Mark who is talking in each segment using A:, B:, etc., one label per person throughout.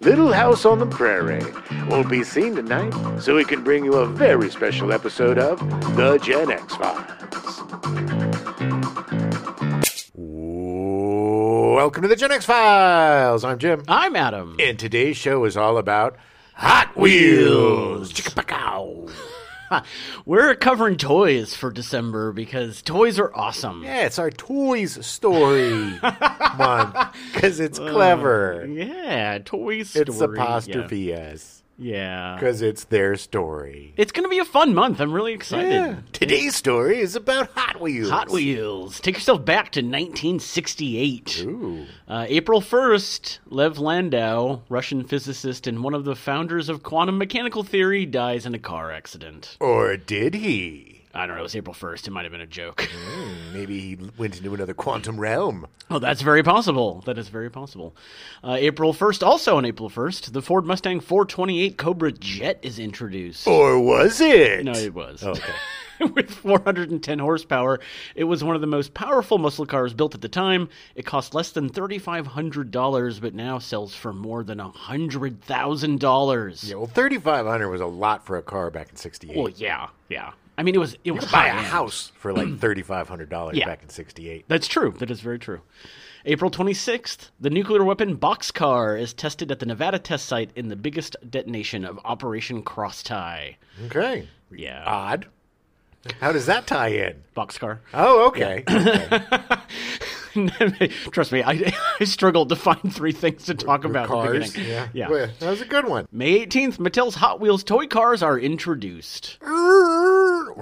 A: Little House on the Prairie won't be seen tonight, so we can bring you a very special episode of The Gen X Files. Welcome to The Gen X Files. I'm Jim.
B: I'm Adam.
A: And today's show is all about Hot Wheels. Chicka-pacow.
B: We're covering toys for December because toys are awesome.
A: Yeah, it's our toys story month because it's clever.
B: Yeah, toys.
A: It's apostrophe yes
B: Yeah. yeah.
A: because it's their story.
B: It's going to be a fun month. I'm really excited.
A: Today's story is about Hot Wheels.
B: Hot Wheels. Take yourself back to 1968.
A: Ooh.
B: Uh, April 1st, Lev Landau, Russian physicist and one of the founders of quantum mechanical theory, dies in a car accident.
A: Or did he? Hmm,
B: I don't know. It was April 1st. It might have been a joke.
A: Maybe he went into another quantum realm.
B: Oh, that's very possible. That is very possible. Uh, April 1st, also on April 1st, the Ford Mustang 428 Cobra Jet is introduced.
A: Or was it?
B: No, it was.
A: Oh, Okay.
B: With 410 horsepower, it was one of the most powerful muscle cars built at the time. It cost less than $3,500, but now sells for more than $100,000.
A: Yeah, well, 3500 was a lot for a car back in 68.
B: Well, yeah, yeah. I mean, it was it was
A: Buy a
B: high-end.
A: house for like $3,500
B: Yeah.
A: back in 68.
B: That's true. That is very true. April 26th, the nuclear weapon boxcar is tested at the Nevada test site in the biggest detonation of Operation Crosstie.
A: Okay.
B: Yeah.
A: Odd. How does that tie in?
B: Boxcar.
A: Oh, okay. okay.
B: Trust me, I, I struggled to find three things to talk about at the
A: Cars.
B: beginning.
A: Yeah. Well, that was a good one.
B: May 18th, Mattel's Hot Wheels toy cars are introduced. Oh.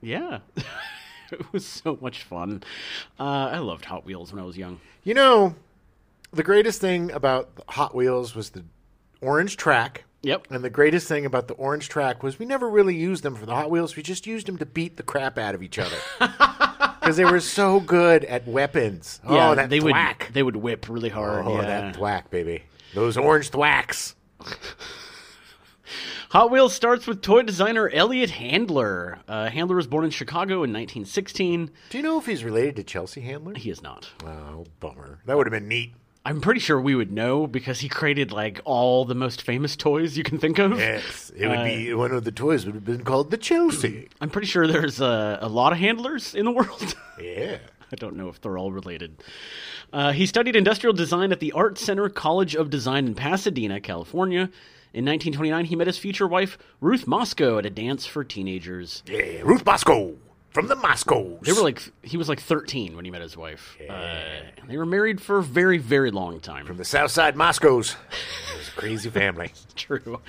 B: Yeah. it was so much fun. Uh, I loved Hot Wheels when I was young.
A: You know, the greatest thing about Hot Wheels was the orange track.
B: Yep.
A: And the greatest thing about the orange track was we never really used them for the Hot Wheels. We just used them to beat the crap out of each other. Because they were so good at weapons.
B: yeah,
A: oh, that
B: they
A: thwack.
B: would they would whip really hard.
A: oh,
B: yeah.
A: that thwack, baby. Those orange thwacks.
B: Hot Wheels starts with toy designer Elliot Handler. Uh, Handler was born in Chicago in 1916.
A: Do you know if he's related to Chelsea Handler?
B: He is not.
A: Oh, bummer. That would have been neat.
B: I'm pretty sure we would know because he created like all the most famous toys you can think of.
A: Yes, it would
B: Uh,
A: be one of the toys would have been called the Chelsea.
B: I'm pretty sure there's a, a lot of handlers in the world.
A: yeah.
B: I don't know if they're all related. Uh, he studied industrial design at the Art Center College of Design in Pasadena, California. In 1929, he met his future wife, Ruth Moscow, at a dance for teenagers.
A: Yeah, Ruth Moscow from the Moscows.
B: They were like he was like 13 when he met his wife. Uh, and they were married for a very very long time.
A: the South Side Moscows. It was a crazy family.
B: True.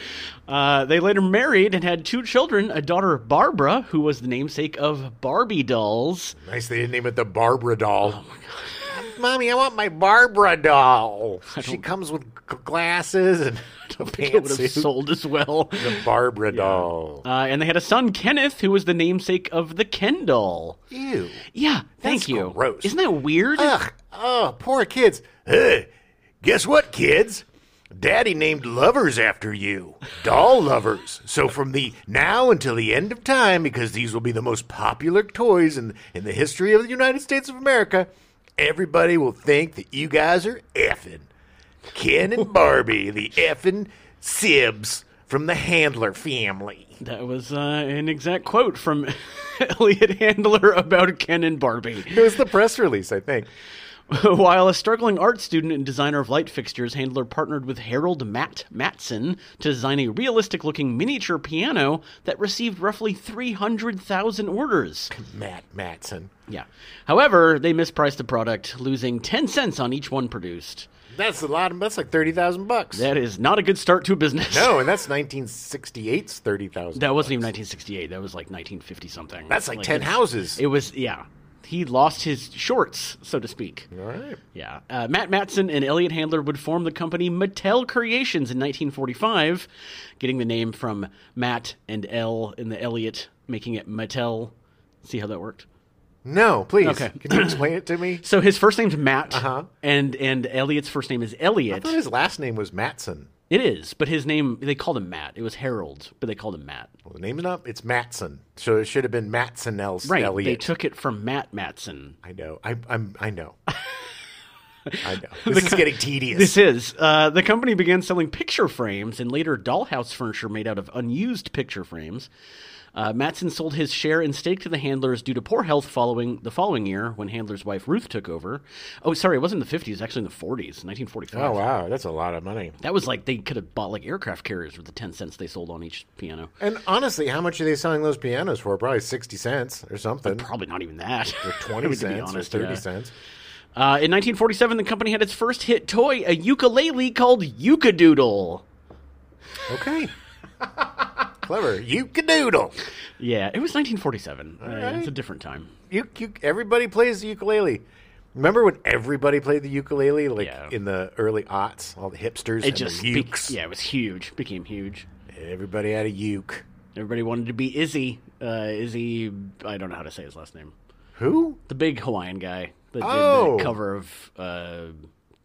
B: Uh, they later married and had two children: a daughter Barbara, who was the namesake of Barbie dolls,
A: nice they didn't name it the Barbara doll. Oh my god. Mommy, I want my Barbara doll. She comes with g- glasses and a
B: it would have
A: pantsuit.
B: sold as well.
A: The Barbara doll.
B: Uh, and they had a son Kenneth, who was the namesake of the Ken doll.
A: Ew.
B: Yeah, thank
A: That's
B: you.
A: gross.
B: Isn't that weird?
A: Ugh. Oh, poor kids. Hey, guess what, kids? Daddy named lovers after you. Doll lovers. So from the now until the end of time, because these will be the most popular toys in, in the history of the United States of America, everybody will think that you guys are effing. Ken and Barbie, the effing sibs from the Handler family.
B: That was uh, an exact quote from Elliot Handler about Ken and Barbie.
A: It was the press release, I think.
B: While a struggling art student and designer of light fixtures, Handler partnered with Harold Matt Matson to design a realistic looking miniature piano that received roughly 300,000 orders.
A: Matt Matson.
B: Yeah. However, they mispriced the product, losing 10 cents on each one produced.
A: That's a lot. Of, that's like thirty thousand bucks.
B: That is not a good start to a business.
A: No, and that's 1968's 30,000.
B: That wasn't even 1968. That was like 1950 something.
A: That's like, 10
B: it-
A: houses.
B: It was, yeah. He lost his shorts, so to speak.
A: All right.
B: Yeah. Uh, Matt Matson and Elliot Handler would form the company Mattel Creations in 1945, getting the name from Matt and L in the Elliot, making it Mattel. See how that worked?
A: No, please.
B: Okay.
A: Can you explain it to me?
B: So his first name's Matt, and and Elliot's first name is
A: Uh-huh. I
B: Elliot.
A: thought his last name was Matson.
B: It is, but his name they called him Matt. It was Harold, but they called him Matt.
A: Well, the name's not. It's Matson. So it should have been Matson L.
B: Right? They
A: Elliot.
B: took it from Matt Matson.
A: I know. I, I'm, I know. I know. This is getting tedious.
B: This is. Uh, the company began selling picture frames and later dollhouse furniture made out of unused picture frames. Uh, Matson sold his share and stake to the handlers due to poor health following the following year when handler's wife Ruth took over. Oh, sorry, it wasn't the 50s, actually in the 40s, 1945.
A: oh, wow. That's a lot of money.
B: That was like they could have bought like aircraft carriers with the 10 cents they sold on each piano.
A: And honestly, how much are they selling those pianos for? Probably 60 cents or something.
B: Probably not even that.
A: Or
B: I
A: 20
B: mean, to be
A: cents or
B: honest,
A: 30
B: yeah.
A: cents.
B: Uh, in 1947, the company had its first hit toy, a ukulele called Yukadoodle.
A: Okay. Clever. You can doodle.
B: Yeah, it was 1947. Uh,
A: right.
B: It's a different time.
A: You, you, everybody plays the ukulele. Remember when everybody played the ukulele, like
B: Yeah.
A: in the early aughts, all the hipsters
B: It
A: and
B: just
A: the
B: be-
A: ukes.
B: yeah, it was huge. Became huge.
A: Everybody had a uke.
B: Everybody wanted to be Izzy. Uh, Izzy, I don't know how to say his last name.
A: Who?
B: The big Hawaiian guy that
A: Oh.
B: did the cover of uh,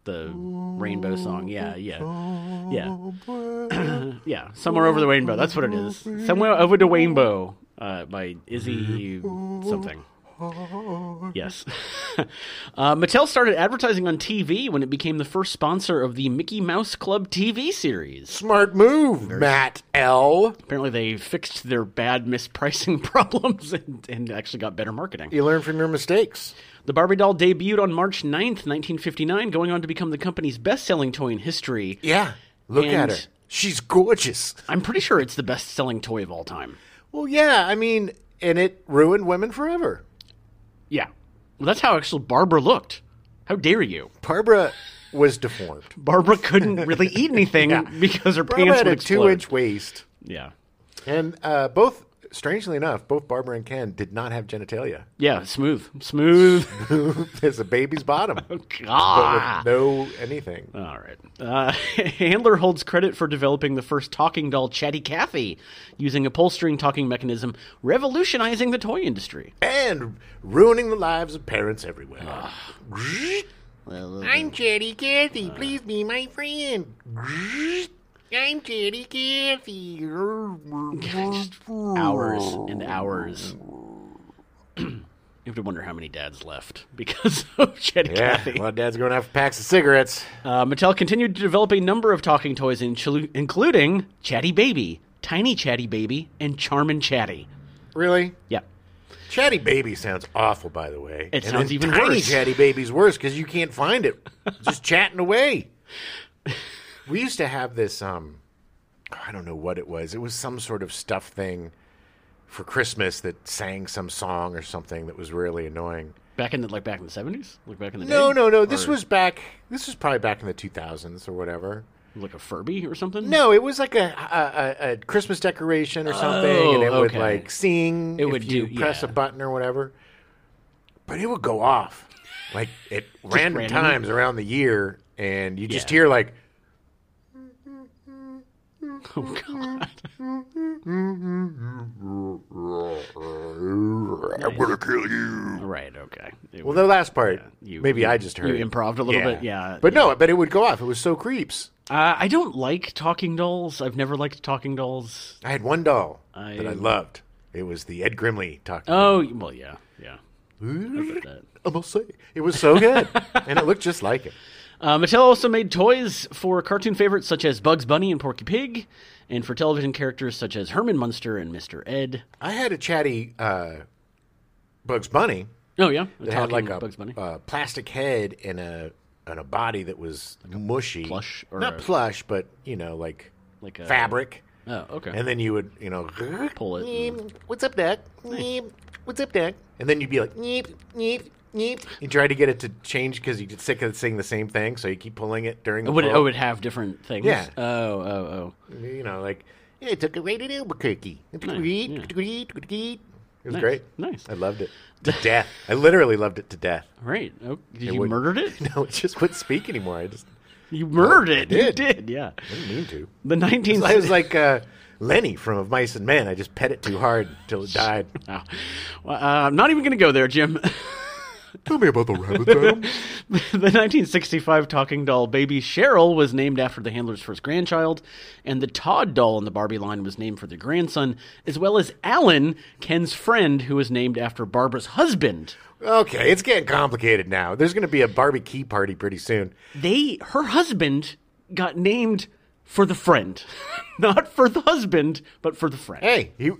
B: the Rainbow song. Yeah, yeah, yeah, yeah. Somewhere over the rainbow. That's what it is. Somewhere over the rainbow uh, by Izzy something. Yes. uh, Mattel started advertising on TV when it became the first sponsor of the Mickey Mouse Club TV series.
A: Smart move, Matt L.
B: Apparently, they fixed their bad mispricing problems and, and actually got better marketing.
A: You learn from your mistakes.
B: The Barbie doll debuted on March 9th, 1959, going on to become the company's best selling toy in history.
A: Yeah. Look at
B: And-
A: her. She's gorgeous.
B: I'm pretty sure it's the best selling toy of all time.
A: Well, yeah, I mean, and it ruined women forever.
B: Yeah. Well, that's how actual Barbara looked. How dare you?
A: Barbara was deformed.
B: Barbara couldn't really eat anything because her
A: Barbara
B: pants
A: had
B: would
A: a
B: explode.
A: two inch waist.
B: Yeah.
A: And uh, both, strangely enough, both Barbara and Ken did not have genitalia.
B: Yeah, smooth. Smooth.
A: There's a baby's bottom.
B: God.
A: With no anything.
B: All right. Uh, Handler holds credit for developing the first talking doll, Chatty Cathy, using upholstering talking mechanism, revolutionizing the toy industry.
A: And ruining the lives of parents everywhere.
B: I
A: I'm Chatty Cathy. Please be my friend. I'm Chatty Cathy.
B: hours and hours. you have to wonder how many dads left because of Chatty
A: Yeah,
B: Cathy.
A: well, Dad's going to have packs of cigarettes.
B: Uh, Mattel continued to develop a number of talking toys, in chlu- including Chatty Baby, Tiny Chatty Baby, and Charmin Chatty.
A: Really?
B: Yep.
A: Chatty Baby sounds awful, by the way.
B: It sounds
A: then
B: even
A: tiny
B: worse.
A: Chatty Baby's worse because you can't find it. Just chatting away. We used to have this. Um, I don't know what it was. It was some sort of stuff thing for Christmas that sang some song or something that was really annoying.
B: Back in the like back in the seventies, like back in the
A: No,
B: day?
A: no, no. This
B: Or
A: was back. This was probably back in the two thousands or whatever.
B: like a Furby or something.
A: No, it was like a a, a, a Christmas decoration or something, and it would
B: Oh, okay.
A: like sing.
B: It
A: if
B: would
A: you
B: do-
A: press
B: yeah.
A: a button or whatever, but it would go off like at random
B: randomly?
A: times around the year, and you just
B: Yeah.
A: hear like
B: Oh God.
A: "I'm gonna kill you."
B: Right. Okay. It
A: Well,
B: was-
A: the last part,
B: you-
A: maybe
B: you-
A: I just heard
B: you improved a little bit, yeah,
A: but no, but it would go off. It was so creeps.
B: uh, I don't like talking dolls. I've never liked talking dolls.
A: I had one doll that I
B: I-
A: loved. It was the Ed Grimley talking.
B: Oh well, yeah, yeah. that.
A: I must say, it was so good, and it looked just like it.
B: Uh, Mattel also made toys for cartoon favorites such as Bugs Bunny and Porky Pig, and for television characters such as Herman Munster and Mr. Ed.
A: I had a chatty uh, Bugs Bunny
B: Oh yeah, a
A: that had
B: talking
A: like a
B: Bugs Bunny.
A: uh, plastic head and a and a body that was mushy,
B: plush or
A: not
B: a-
A: plush, but you know, like
B: Like a-
A: fabric.
B: oh okay.
A: And then you would, you know,
B: Pull it
A: "Neep,
B: and-
A: What's up, Doc? Neep, What's up, Doc? And then you'd be like, neep, neep, neep. You try to get it to change because you get sick of saying the same thing, so you keep pulling it during the
B: would it,
A: pull.
B: oh, it have different things.
A: Yeah.
B: Oh oh oh.
A: You know, like it took away to Albuquerque. It was
B: Nice,
A: great.
B: nice.
A: I loved it to death. I literally loved it to death.
B: Right. Oh, did you
A: would-
B: murdered it?
A: No, it just wouldn't speak anymore. I just
B: You murdered it.
A: did.
B: You did. Yeah.
A: I didn't mean to.
B: The 19th.
A: I was like uh, Lenny from Of Mice and Men. I just pet it too hard until it died.
B: Oh. Well, uh, I'm not even going to go there, Jim.
A: Tell me about the rabbit dam.
B: the 1965 talking doll Baby Cheryl was named after the handler's first grandchild, and the Todd doll in the Barbie line was named for their grandson, as well as Alan, Ken's friend, who was named after Barbara's husband.
A: Okay, it's getting complicated now. There's going to be a Barbie key party pretty soon.
B: They, her husband, got named for the friend, not for the husband, but for the friend.
A: Hey, he,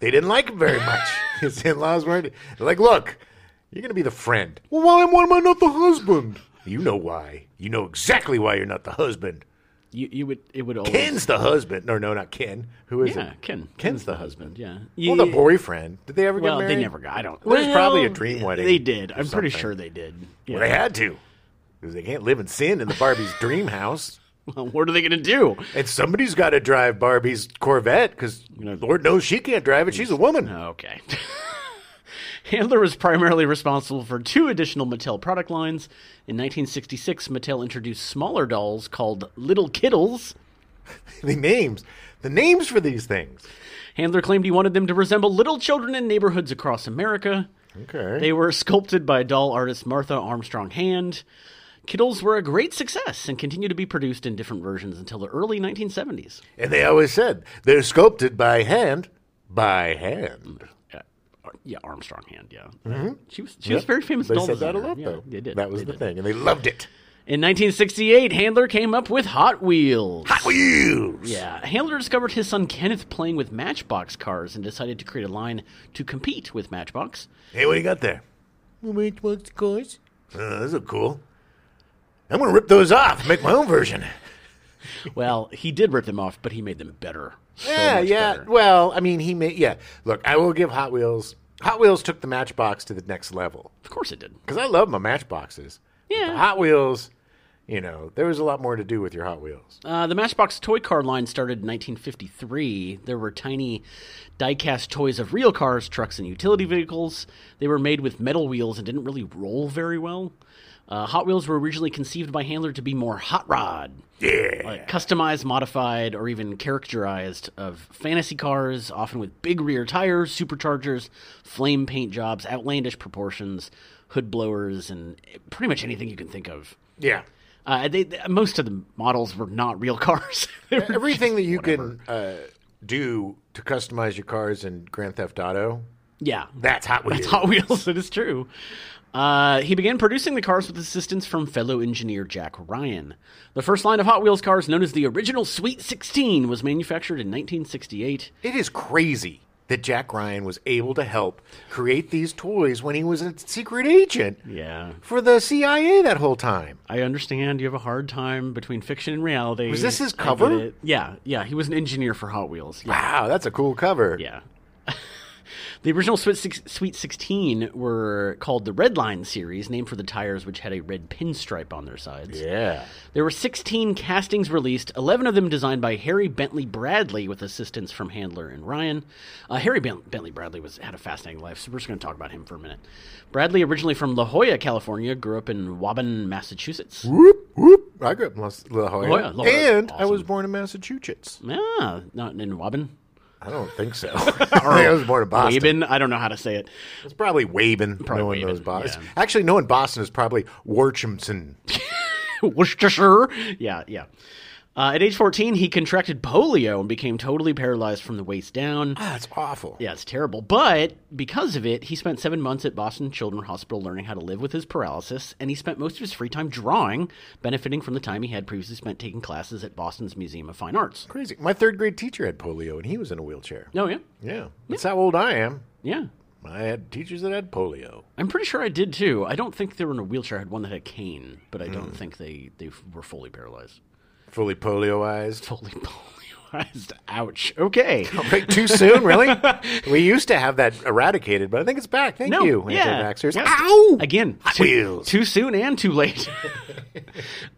A: they didn't like him very much. His in laws weren't. They're like, look, you're going to be the friend. Well, why, why am I not the husband? You know why. You know exactly why you're not the husband.
B: You, you would, it would always.
A: Ken's the husband. No, no, not Ken. Who is
B: yeah,
A: it?
B: Ken.
A: Ken's the husband.
B: Yeah.
A: Well, the boyfriend. Did they ever
B: Well,
A: get
B: they
A: married?
B: never got. I don't.
A: There was probably a
B: well,
A: dream wedding
B: They did.
A: or
B: I'm pretty
A: something.
B: sure they did. Yeah.
A: Well, they had to. Because they can't live in sin in the Barbie's dream house.
B: Well, what are they gonna do?
A: And somebody's got to drive Barbie's Corvette because Lord knows she can't drive it. She's a woman.
B: Okay. Handler was primarily responsible for two additional Mattel product lines. In 1966, Mattel introduced smaller dolls called Little Kittles.
A: The names, the names for these things.
B: Handler claimed he wanted them to resemble little children in neighborhoods across America.
A: Okay.
B: They were sculpted by doll artist Martha Armstrong Hand. Kittles were a great success and continue to be produced in different versions until the early 1970s.
A: and they always said they're sculpted by hand, by hand.
B: Uh, Ar- yeah, Armstrong Hand. Yeah, she was she was a very famous.
A: Mm-hmm. They
B: doll
A: said that a
B: designer.
A: lot,
B: yeah,
A: though.
B: They did.
A: That was
B: They
A: the
B: did.
A: thing, and they loved it.
B: In 1968, Handler came up with Hot Wheels.
A: Hot Wheels.
B: Yeah, Handler discovered his son Kenneth playing with Matchbox cars and decided to create a line to compete with Matchbox.
A: Hey, what do you got there? Matchbox cars. Uh, those look cool. I'm gonna rip those off, make my own version.
B: Well, he did rip them off, but he made them better. So
A: yeah,
B: much
A: yeah.
B: better.
A: Well, I mean, he made. Yeah, look, I will give Hot Wheels. Hot Wheels took the Matchbox to the next level.
B: Of course it did.
A: because I love my Matchboxes. But
B: Yeah.
A: the Hot Wheels. You know, there was a lot more to do with your Hot Wheels.
B: Uh, the Matchbox toy car line started in 1953. There were tiny diecast toys of real cars, trucks, and utility vehicles. They were made with metal wheels and didn't really roll very well. Uh, Hot Wheels were originally conceived by Handler to be more hot rod,
A: Yeah,
B: like Uh, customized, modified, or even characterized of fantasy cars, often with big rear tires, superchargers, flame paint jobs, outlandish proportions, hood blowers, and pretty much anything you can think of.
A: yeah.
B: Uh, they, they- most of the models were not real cars. They were
A: Everything that you can uh, do to customize your cars in Grand Theft Auto,
B: Yeah.
A: that's Hot Wheels.
B: That's Hot Wheels, it is true. Uh, he began producing the cars with assistance from fellow engineer Jack Ryan. The first line of Hot Wheels cars, known as the original Sweet 16, was manufactured in 1968.
A: it is crazy that Jack Ryan was able to help create these toys when he was a secret agent
B: Yeah.
A: for the CIA that whole time.
B: I understand you have a hard time between fiction and reality.
A: Was this his
B: I get
A: cover?
B: it. Yeah, yeah. He was an engineer for Hot Wheels. Yeah.
A: Wow, that's a cool cover.
B: Yeah. the original Sweet, Six, Sweet 16 were called the Red Line series, named for the tires which had a red pinstripe on their sides.
A: Yeah.
B: There were 16 castings released, 11 of them designed by Harry Bentley Bradley with assistance from Handler and Ryan. Uh, Harry ben- Bentley Bradley was had a fascinating life, so we're just going to talk about him for a minute. Bradley, originally from La Jolla, California, grew up in Waban, Massachusetts.
A: Whoop, whoop. I grew up in Las- La Jolla.
B: Oh, La Jolla, La Jolla.
A: and I was
B: Awesome.
A: born in Massachusetts.
B: Ah, not in Waban.
A: I don't think so. I think I was born in Boston.
B: Waban, I don't know how to say it.
A: It's probably Waben.
B: Probably
A: no one knows
B: Waben,
A: Boston.
B: yeah.
A: Actually, no one Boston is probably Warchimson.
B: Worcestershire. Yeah, yeah. Uh, at age 14, he contracted polio and became totally paralyzed from the waist down.
A: That's awful.
B: Yeah, it's terrible. But because of it, he spent seven months at Boston Children's Hospital learning how to live with his paralysis, and he spent most of his free time drawing, benefiting from the time he had previously spent taking classes at Boston's Museum of Fine Arts.
A: Crazy. My third grade teacher had polio, and he was in a wheelchair.
B: Oh, yeah.
A: Yeah, that's how old I am.
B: Yeah.
A: I had teachers that had polio.
B: I'm pretty sure I did too. I don't think they were in a wheelchair. I had one that had a cane, but I don't think they, they f- were fully paralyzed.
A: Fully polioized.
B: Fully polioized. Ouch. Okay.
A: Like, too soon, really? we used to have that eradicated, but I think it's back. Thank
B: No,
A: you,
B: yeah,
A: anti-vaxxers.
B: yeah.
A: Ow!
B: Again,
A: Hot
B: too,
A: Wheels.
B: too soon and too late.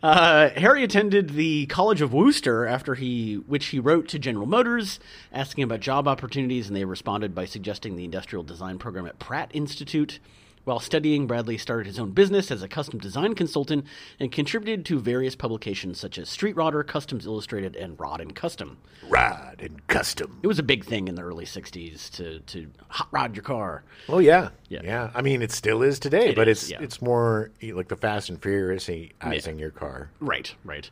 B: uh, Harry attended the College of Worcester, after he, which he wrote to General Motors, asking about job opportunities, and they responded by suggesting the industrial design program at Pratt Institute. While studying, Bradley started his own business as a custom design consultant and contributed to various publications such as Street Rodder, Customs Illustrated, and Rod and Custom.
A: Rod and custom.
B: It was a big thing in the early '60s to to hot rod your car.
A: Oh yeah.
B: Yeah.
A: I mean, it still is today, but
B: is,
A: it's
B: yeah.
A: it's more eh, like the Fast and Furious-izing your car.
B: Right, right.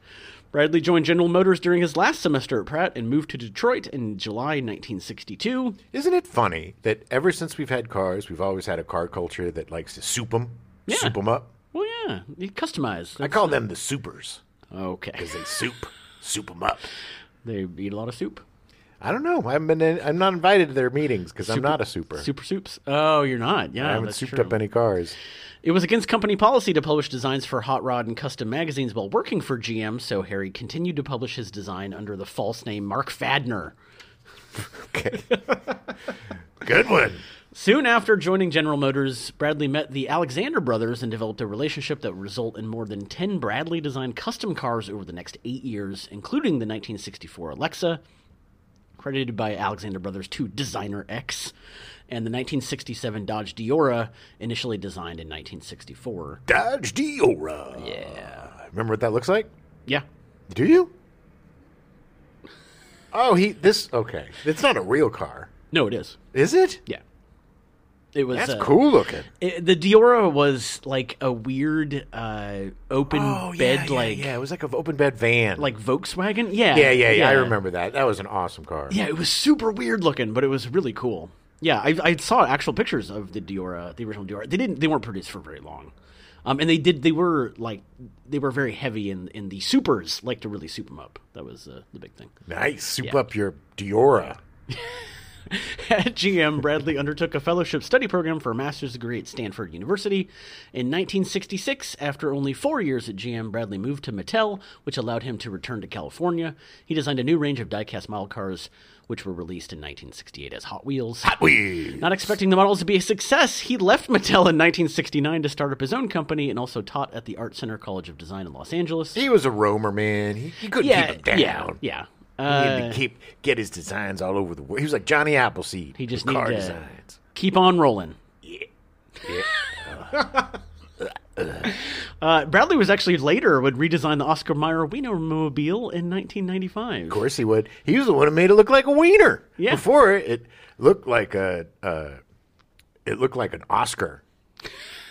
B: Bradley joined General Motors during his last semester at Pratt and moved to Detroit in July 1962.
A: Isn't it funny that ever since we've had cars, we've always had a car culture that likes to soup them,
B: Yeah.
A: soup them up.
B: Well, Oh, yeah, you customize.
A: I call them the supers
B: okay.
A: because they soup, soup them up.
B: They eat a lot of soup.
A: I don't know. I'm been in, I'm not invited to their meetings because I'm not a super.
B: Super soups. Oh, you're not. Yeah,
A: I haven't
B: that's
A: souped
B: true.
A: up any cars.
B: It was against company policy to publish designs for hot rod and custom magazines while working for GM, so Harry continued to publish his design under the false name Mark Fadner.
A: Okay. Good one.
B: Soon after joining General Motors, Bradley met the Alexander brothers and developed a relationship that would result in more than 10 Bradley designed custom cars over the next eight years, including the 1964 Alexa, credited by Alexander Brothers to Designer X, and the 1967 Dodge Diora, initially designed in 1964.
A: Dodge Diora.
B: Yeah.
A: Remember what that looks like?
B: Yeah.
A: Do you? Oh, he. This okay. It's not a real car,
B: No, it is.
A: is it?
B: Yeah. It was
A: That's
B: uh,
A: cool looking.
B: it- the Diora was like a weird uh, open bed, like
A: Oh, yeah. It was like an open bed van.
B: like Volkswagen. Yeah,
A: yeah, yeah, yeah, I remember that. That was an awesome car.
B: Yeah, it was super weird looking, but it was really cool. Yeah, I, I saw actual pictures of the Diora, the original Diora. They didn't, they weren't produced for very long, um, and they did, they were like, they were very heavy in in the supers, like to really soup them up. That was uh, the big thing.
A: Nice. Soup
B: Yeah.
A: up your Diora.
B: At GM, Bradley undertook a fellowship study program for a master's degree at Stanford University. In 1966, after only four years at GM, Bradley moved to Mattel, which allowed him to return to California. He designed a new range of diecast model cars, which were released in 1968 as Hot Wheels.
A: We.
B: Not expecting the models to be a success, he left Mattel in 1969 to start up his own company and also taught at the Art Center College of Design in Los Angeles.
A: He was a roamer, man. He, he couldn't
B: Yeah,
A: keep him
B: yeah,
A: down.
B: yeah.
A: He
B: Uh,
A: had to keep get his designs all over the world. He was like Johnny Appleseed.
B: He just
A: with car
B: needed to-
A: designs.
B: keep on rolling. Uh, Bradley was actually later would redesign the Oscar Mayer Wienermobile in 1995.
A: Of course he would. He was the one who made it look like a wiener.
B: Yeah.
A: Before it looked like a, uh, it looked like an Oscar.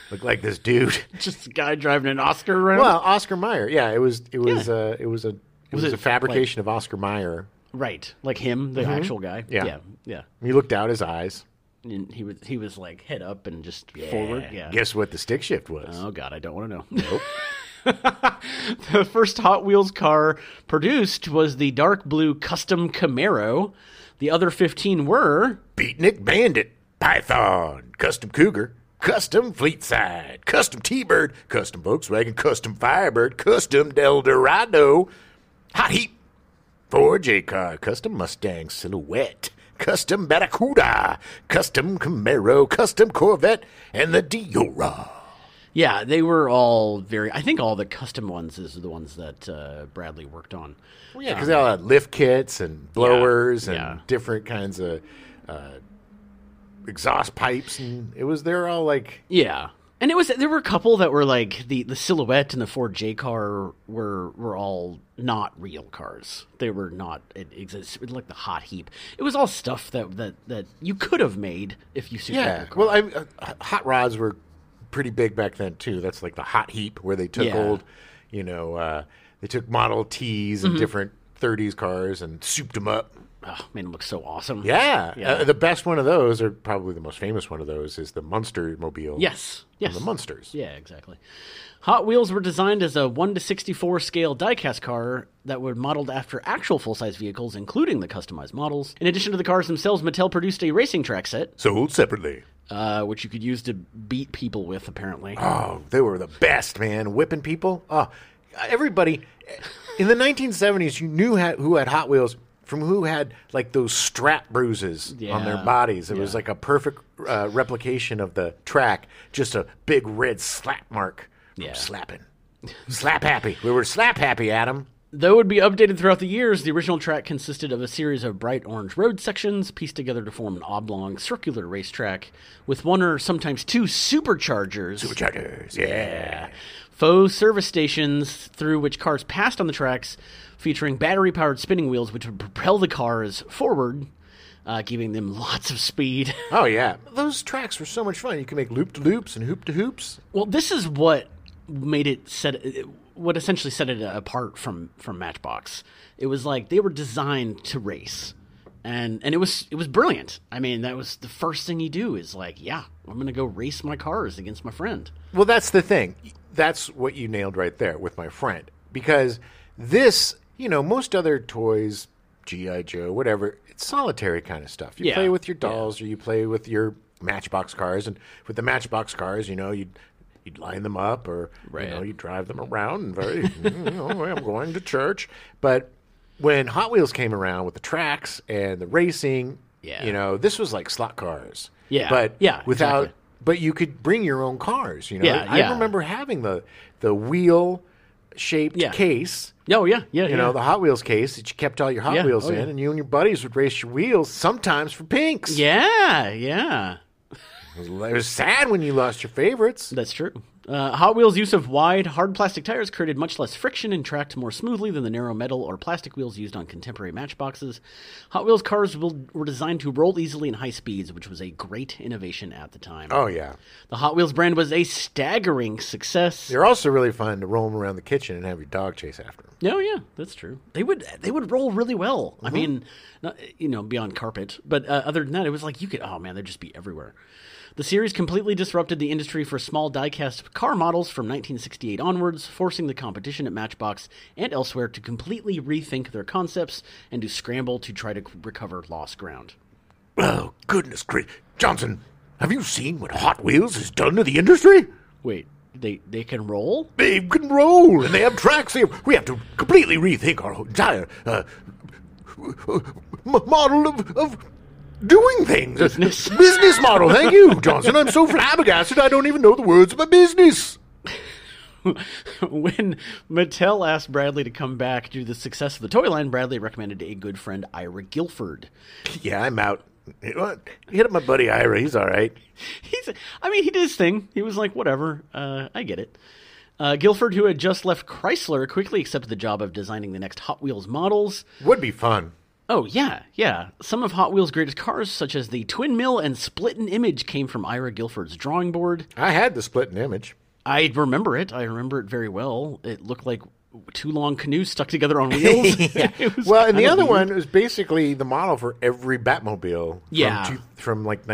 A: looked like this dude.
B: Just a guy driving an Oscar around.
A: Well, Oscar Mayer. Yeah, it was. It was.
B: Yeah.
A: Uh, it was a. It was,
B: it,
A: a fabrication of Oscar Mayer.
B: right, like him, the actual guy.
A: Mm-hmm. Yeah.
B: yeah, yeah.
A: He looked out his eyes.
B: And he was he was like head up and just forward. Yeah.
A: Guess what the stick shift was?
B: Oh God, I don't want to know. the first Hot Wheels car produced was the dark blue custom Camaro. The other fifteen were
A: Beatnik Bandit, Python, Custom Cougar, Custom Fleet Side, Custom T-Bird, Custom Volkswagen, Custom Firebird, Custom Del Dorado, Hot Heat, Ford J-Car, Custom Mustang Silhouette, Custom Barracuda, Custom Camaro, Custom Corvette, and the Diora.
B: yeah, they were all very. I think all the custom ones is the ones that uh, Bradley worked on.
A: yeah, because they all had lift kits and blowers and
B: yeah.
A: different kinds of uh, exhaust pipes, and it was they're all like
B: Yeah. And it was there were a couple that were like the, the silhouette and the Ford J car were were all not real cars. They were not it exists like the hot heap. It was all stuff that that, that you could have made if you suited
A: Yeah.
B: your car.
A: Well, I, uh, h- hot rods were pretty big back then too. That's like the hot heap where they took
B: Yeah.
A: old, you know, uh, they took Model Ts
B: Mm-hmm.
A: and different 30s cars and souped them up.
B: oh, man, it looks so awesome.
A: Yeah.
B: Yeah.
A: Uh, the best one of those, or probably the most famous one of those, is the Munster Mobile.
B: Yes.
A: From
B: Yes.
A: The Munsters.
B: Yeah, exactly. Hot Wheels were designed as a 1 to 64 scale diecast car that were modeled after actual full size vehicles, including the customized models. In addition to the cars themselves, Mattel produced a racing track set,
A: Sold separately.
B: uh, which you could use to beat people with, apparently.
A: Oh, they were the best, man. Whipping people. Oh, everybody. In the 1970s, you knew ha- who had Hot Wheels from who had like those strap bruises on their
B: Yeah.
A: bodies. It was like a perfect uh, replication of the track, just a big red slap mark from
B: Yeah.
A: slapping. slap happy. We were slap happy, Adam.
B: Though it would be updated throughout the years, the original track consisted of a series of bright orange road sections pieced together to form an oblong circular racetrack with one or sometimes two superchargers,
A: Chargers. Yeah.
B: faux service stations through which cars passed on the tracks, featuring battery powered spinning wheels which would propel the cars forward, uh, giving them lots of speed.
A: Oh, yeah. Those tracks were so much fun. You could make loop to loops and hoop to hoops.
B: Well, this is what made it set what essentially set it apart from from Matchbox. It was like they were designed to race, and and it was it was brilliant. I mean, that was the first thing you do is like, yeah, I'm gonna go race my cars against my friend.
A: Well, that's the thing. That's what you nailed right there with my friend. Because this, you know, most other toys, G.I. Joe, whatever, it's solitary kind of stuff. You
B: Yeah.
A: play with your dolls or you play with your matchbox cars. And with the matchbox cars, you know, you'd. You'd line them up, or
B: Right.
A: you know, you drive them around, and very, you know, I'm going to church. But when Hot Wheels came around with the tracks and the racing,
B: Yeah.
A: you know, this was like slot cars.
B: Yeah.
A: but
B: Yeah,
A: without,
B: exactly.
A: but you could bring your own cars. You know,
B: Yeah,
A: I
B: yeah.
A: remember having the the wheel shaped
B: Yeah.
A: case.
B: Oh yeah, yeah,
A: You know, the Hot Wheels case that you kept all your Hot
B: Yeah,
A: Wheels
B: oh,
A: in,
B: yeah.
A: and you and your buddies would race your wheels sometimes for pinks.
B: yeah, yeah.
A: It was, it was sad when you lost your favorites.
B: That's true. Uh, Hot Wheels' use of wide, hard plastic tires created much less friction and tracked more smoothly than the narrow metal or plastic wheels used on contemporary matchboxes. Hot Wheels cars will, were designed to roll easily in high speeds, which was a great innovation at the time.
A: Oh yeah,
B: The Hot Wheels brand was a staggering success.
A: they're also really fun to roam around the kitchen and have your dog chase after them.
B: Oh yeah, that's true. They would they would roll really well. Mm-hmm. I mean, not, you know, beyond carpet, but uh, other than that, it was like you could. Oh man, they'd just be everywhere. The series completely disrupted the industry for small diecast car models from 1968 onwards, forcing the competition at Matchbox and elsewhere to completely rethink their concepts and to scramble to try to c- recover lost ground.
A: Oh goodness, great Johnson! Have you seen what Hot Wheels has done to the industry?
B: Wait, they they can roll?
A: They can roll and they have tracks. They we have to completely rethink our entire uh, m- model of, of doing things.
B: Business.
A: business model. Thank you, Johnson. I'm so flabbergasted I don't even know the words of my business.
B: when Mattel asked Bradley to come back due to the success of the toy line, Bradley recommended a good friend, Ira Guilford.
A: Yeah, I'm out. Hit up my buddy Ira. He's all right.
B: He's, I mean, he did his thing. He was like, whatever, uh, I get it. Uh, Guilford, who had just left Chrysler, quickly accepted the job of designing the next Hot Wheels models.
A: Would be fun.
B: Oh, yeah, yeah. Some of Hot Wheels' greatest cars, such as the Twin Mill and Split and Image, came from Ira Guilford's drawing board.
A: I had the splitting image.
B: I remember it. I remember it very well. It looked like two long canoes stuck together on wheels. It was
A: Well, and the
B: kinda
A: other
B: weird.
A: one was basically the model for every Batmobile.
B: Yeah.
A: From, two, from like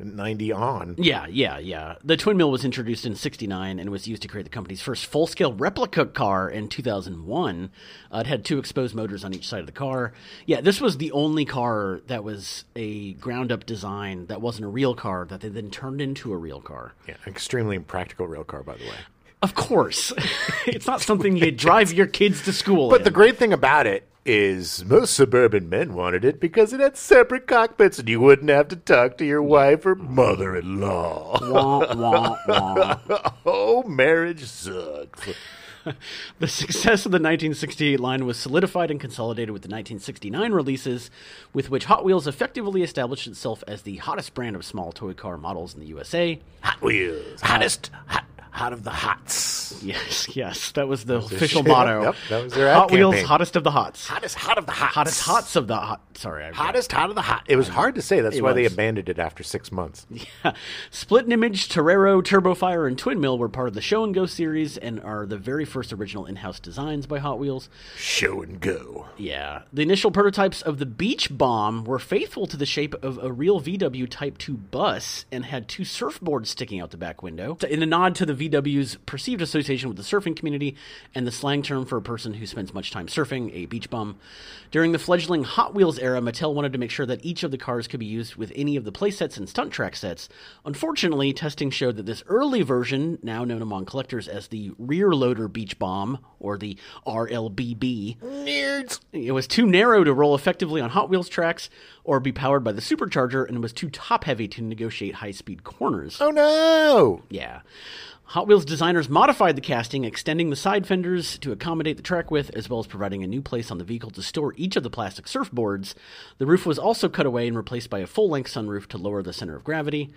A: 1990 on.
B: Yeah, yeah, yeah. The twin mill was introduced in '69 and was used to create the company's first full-scale replica car in 2001. Uh, it had two exposed motors on each side of the car. Yeah, this was the only car that was a ground-up design that wasn't a real car that they then turned into a real car.
A: Yeah. Extremely impractical rail car, by the way.
B: Of course, it's not something you drive your kids to school.
A: But
B: in.
A: the great thing about it is most suburban men wanted it because it had separate cockpits and you wouldn't have to talk to your wife or mother in law.
B: Wah, wah, wah.
A: Oh, marriage sucks.
B: The success of the 1968 line was solidified and consolidated with the 1969 releases, with which Hot Wheels effectively established itself as the hottest brand of small toy car models in the USA.
A: Hot Wheels. Hottest, hot, hot of the hots.
B: Yes, yes, that was the official
A: shit.
B: motto.
A: Yep, that was their ad
B: Hot Wheels,
A: campaign.
B: hottest of the hots.
A: Hottest, hot of the hots.
B: Hottest hots of the hot. Sorry, I
A: Hottest, hot of the hot. It was hard to say. That's why they
B: was.
A: abandoned it after six months.
B: Split and Image, Torero, Turbofire, and Twin Mill were part of the Show and Go series and are the very first original in-house designs by Hot Wheels.
A: Show and go.
B: Yeah. The initial prototypes of the Beach Bomb were faithful to the shape of a real VW Type 2 bus and had two surfboards sticking out the back window. In a nod to the VW's perceived association with the surfing community and the slang term for a person who spends much time surfing, a beach bum. During the fledgling Hot Wheels era, Mattel wanted to make sure that each of the cars could be used with any of the playsets and stunt track sets. Unfortunately, testing showed that this early version, now known among collectors as the Rear Loader Beach Bomb or the RLBB,
A: Nerds.
B: it was too narrow to roll effectively on Hot Wheels tracks or be powered by the supercharger, and was too top heavy to negotiate high speed corners.
A: Oh, no.
B: Yeah. Hot Wheels designers modified the casting, extending the side fenders to accommodate the track width, as well as providing a new place on the vehicle to store each of the plastic surfboards. The roof was also cut away and replaced by a full length sunroof to lower the center of gravity.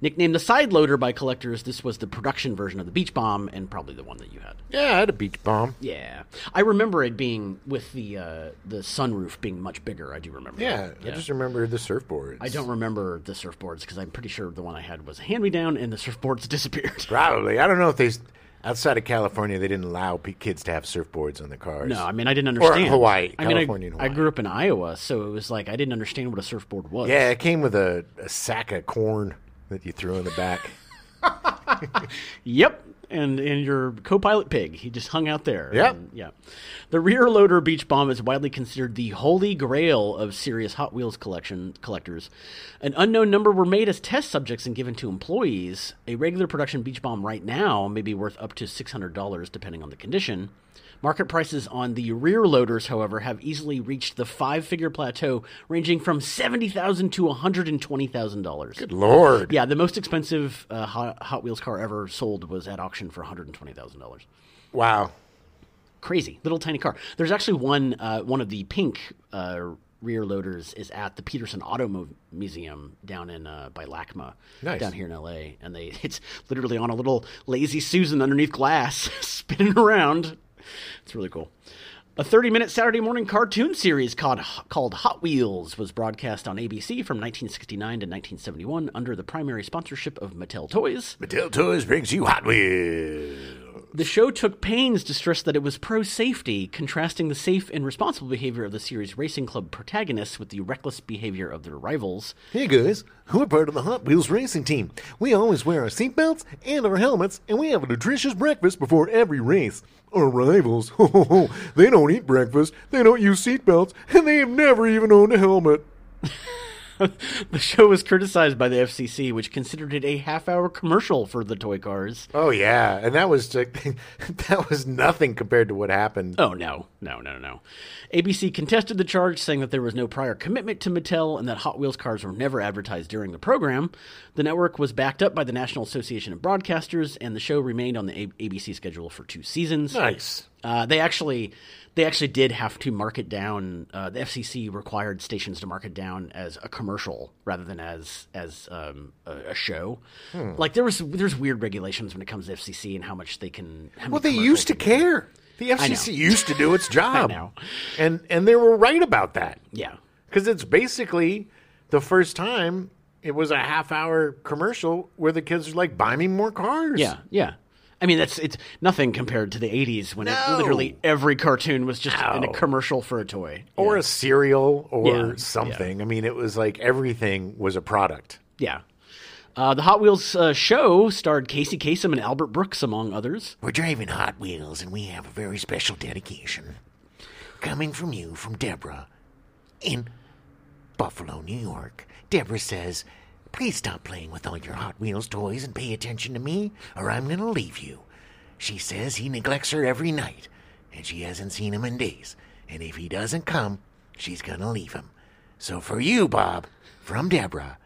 B: Nicknamed the Side Loader by collectors, this was the production version of the Beach Bomb, and probably the one that you had.
A: Yeah, I had a beach bomb.
B: Yeah, I remember it being with the uh, the sunroof being much bigger. I do remember.
A: Yeah,
B: that.
A: I just remember the surfboards.
B: I don't remember the surfboards because I'm pretty sure the one I had was hand me down, and the surfboards disappeared.
A: Probably. I don't know if they. Outside of California, they didn't allow p- kids to have surfboards on their cars.
B: No, I mean I didn't understand.
A: Hawaii,
B: I mean, I-
A: California and
B: I,
A: Hawaii.
B: grew up in Iowa, so it was like I didn't understand what a surfboard was.
A: Yeah, it came with a, a sack of corn that you threw in the back.
B: Yep. And and your co-pilot pig, he just hung out there.
A: Yep.
B: And, yeah. The rear loader beach bomb is widely considered the holy grail of serious Hot Wheels collection collectors. An unknown number were made as test subjects and given to employees. A regular production beach bomb right now may be worth up to six hundred dollars, depending on the condition. Market prices on the rear loaders, however, have easily reached the five-figure plateau, ranging from seventy thousand to one hundred and twenty thousand dollars.
A: Lord.
B: Yeah, the most expensive uh, Hot, Hot Wheels car ever sold was at auction for $120,000.
A: Wow.
B: Crazy, little tiny car. There's actually one uh, one of the pink uh, rear loaders is at the Peterson Auto Mo- Museum down in uh, by LACMA,
A: Nice.
B: down here in LA, and they it's literally on a little lazy Susan underneath glass, spinning around. It's really cool. A 30-minute Saturday morning cartoon series called called Hot Wheels was broadcast on ABC from 1969 to 1971 under the primary sponsorship of Mattel Toys.
A: Mattel Toys brings you Hot Wheels.
B: The show took pains to stress that it was pro safety, contrasting the safe and responsible behavior of the series' racing club protagonists with the reckless behavior of their rivals.
A: Hey guys, we're part of the Hot Wheels racing team. We always wear our seatbelts and our helmets, and we have a nutritious breakfast before every race. Our rivals, ho ho ho, they don't eat breakfast, they don't use seatbelts, and they have never even owned a helmet.
B: The show was criticized by the FCC, which considered it a half hour commercial for the toy cars.
A: Oh yeah, and that was like, that was nothing compared to what happened.
B: Oh, no, no, no, no. ABC contested the charge, saying that there was no prior commitment to Mattel and that Hot Wheels cars were never advertised during the program. The network was backed up by the National Association of Broadcasters, and the show remained on the a- ABC schedule for two seasons.
A: Nice.
B: Uh, they actually, they actually did have to mark it down. Uh, the FCC required stations to mark it down as a commercial rather than as as um, a, a show.
A: Hmm.
B: Like there was, there's weird regulations when it comes to FCC and how much they can. How
A: Well, they
B: many
A: used to
B: commercials-
A: care. The FCC used to do its job.
B: know.
A: And and they were right about that.
B: Yeah,
A: Because it's basically the first time it was a half hour commercial where the kids are like, buy me more cars.
B: yeah, yeah. I mean, that's it's nothing compared to the '80s when
A: No.
B: it, literally every cartoon was just in
A: No.
B: a commercial for a toy.
A: Or a cereal or
B: Yeah, yeah.
A: something. I mean, it was like everything was a product.
B: yeah. Uh, the Hot Wheels uh, show starred Casey Kasem and Albert Brooks, among others.
A: We're driving Hot Wheels and we have a very special dedication coming from you from Deborah in Buffalo, New York. Deborah says, Please stop playing with all your Hot Wheels toys and pay attention to me, or I'm going to leave you. She says he neglects her every night, and she hasn't seen him in days. And if he doesn't come, she's going to leave him. So for you, Bob, from Deborah,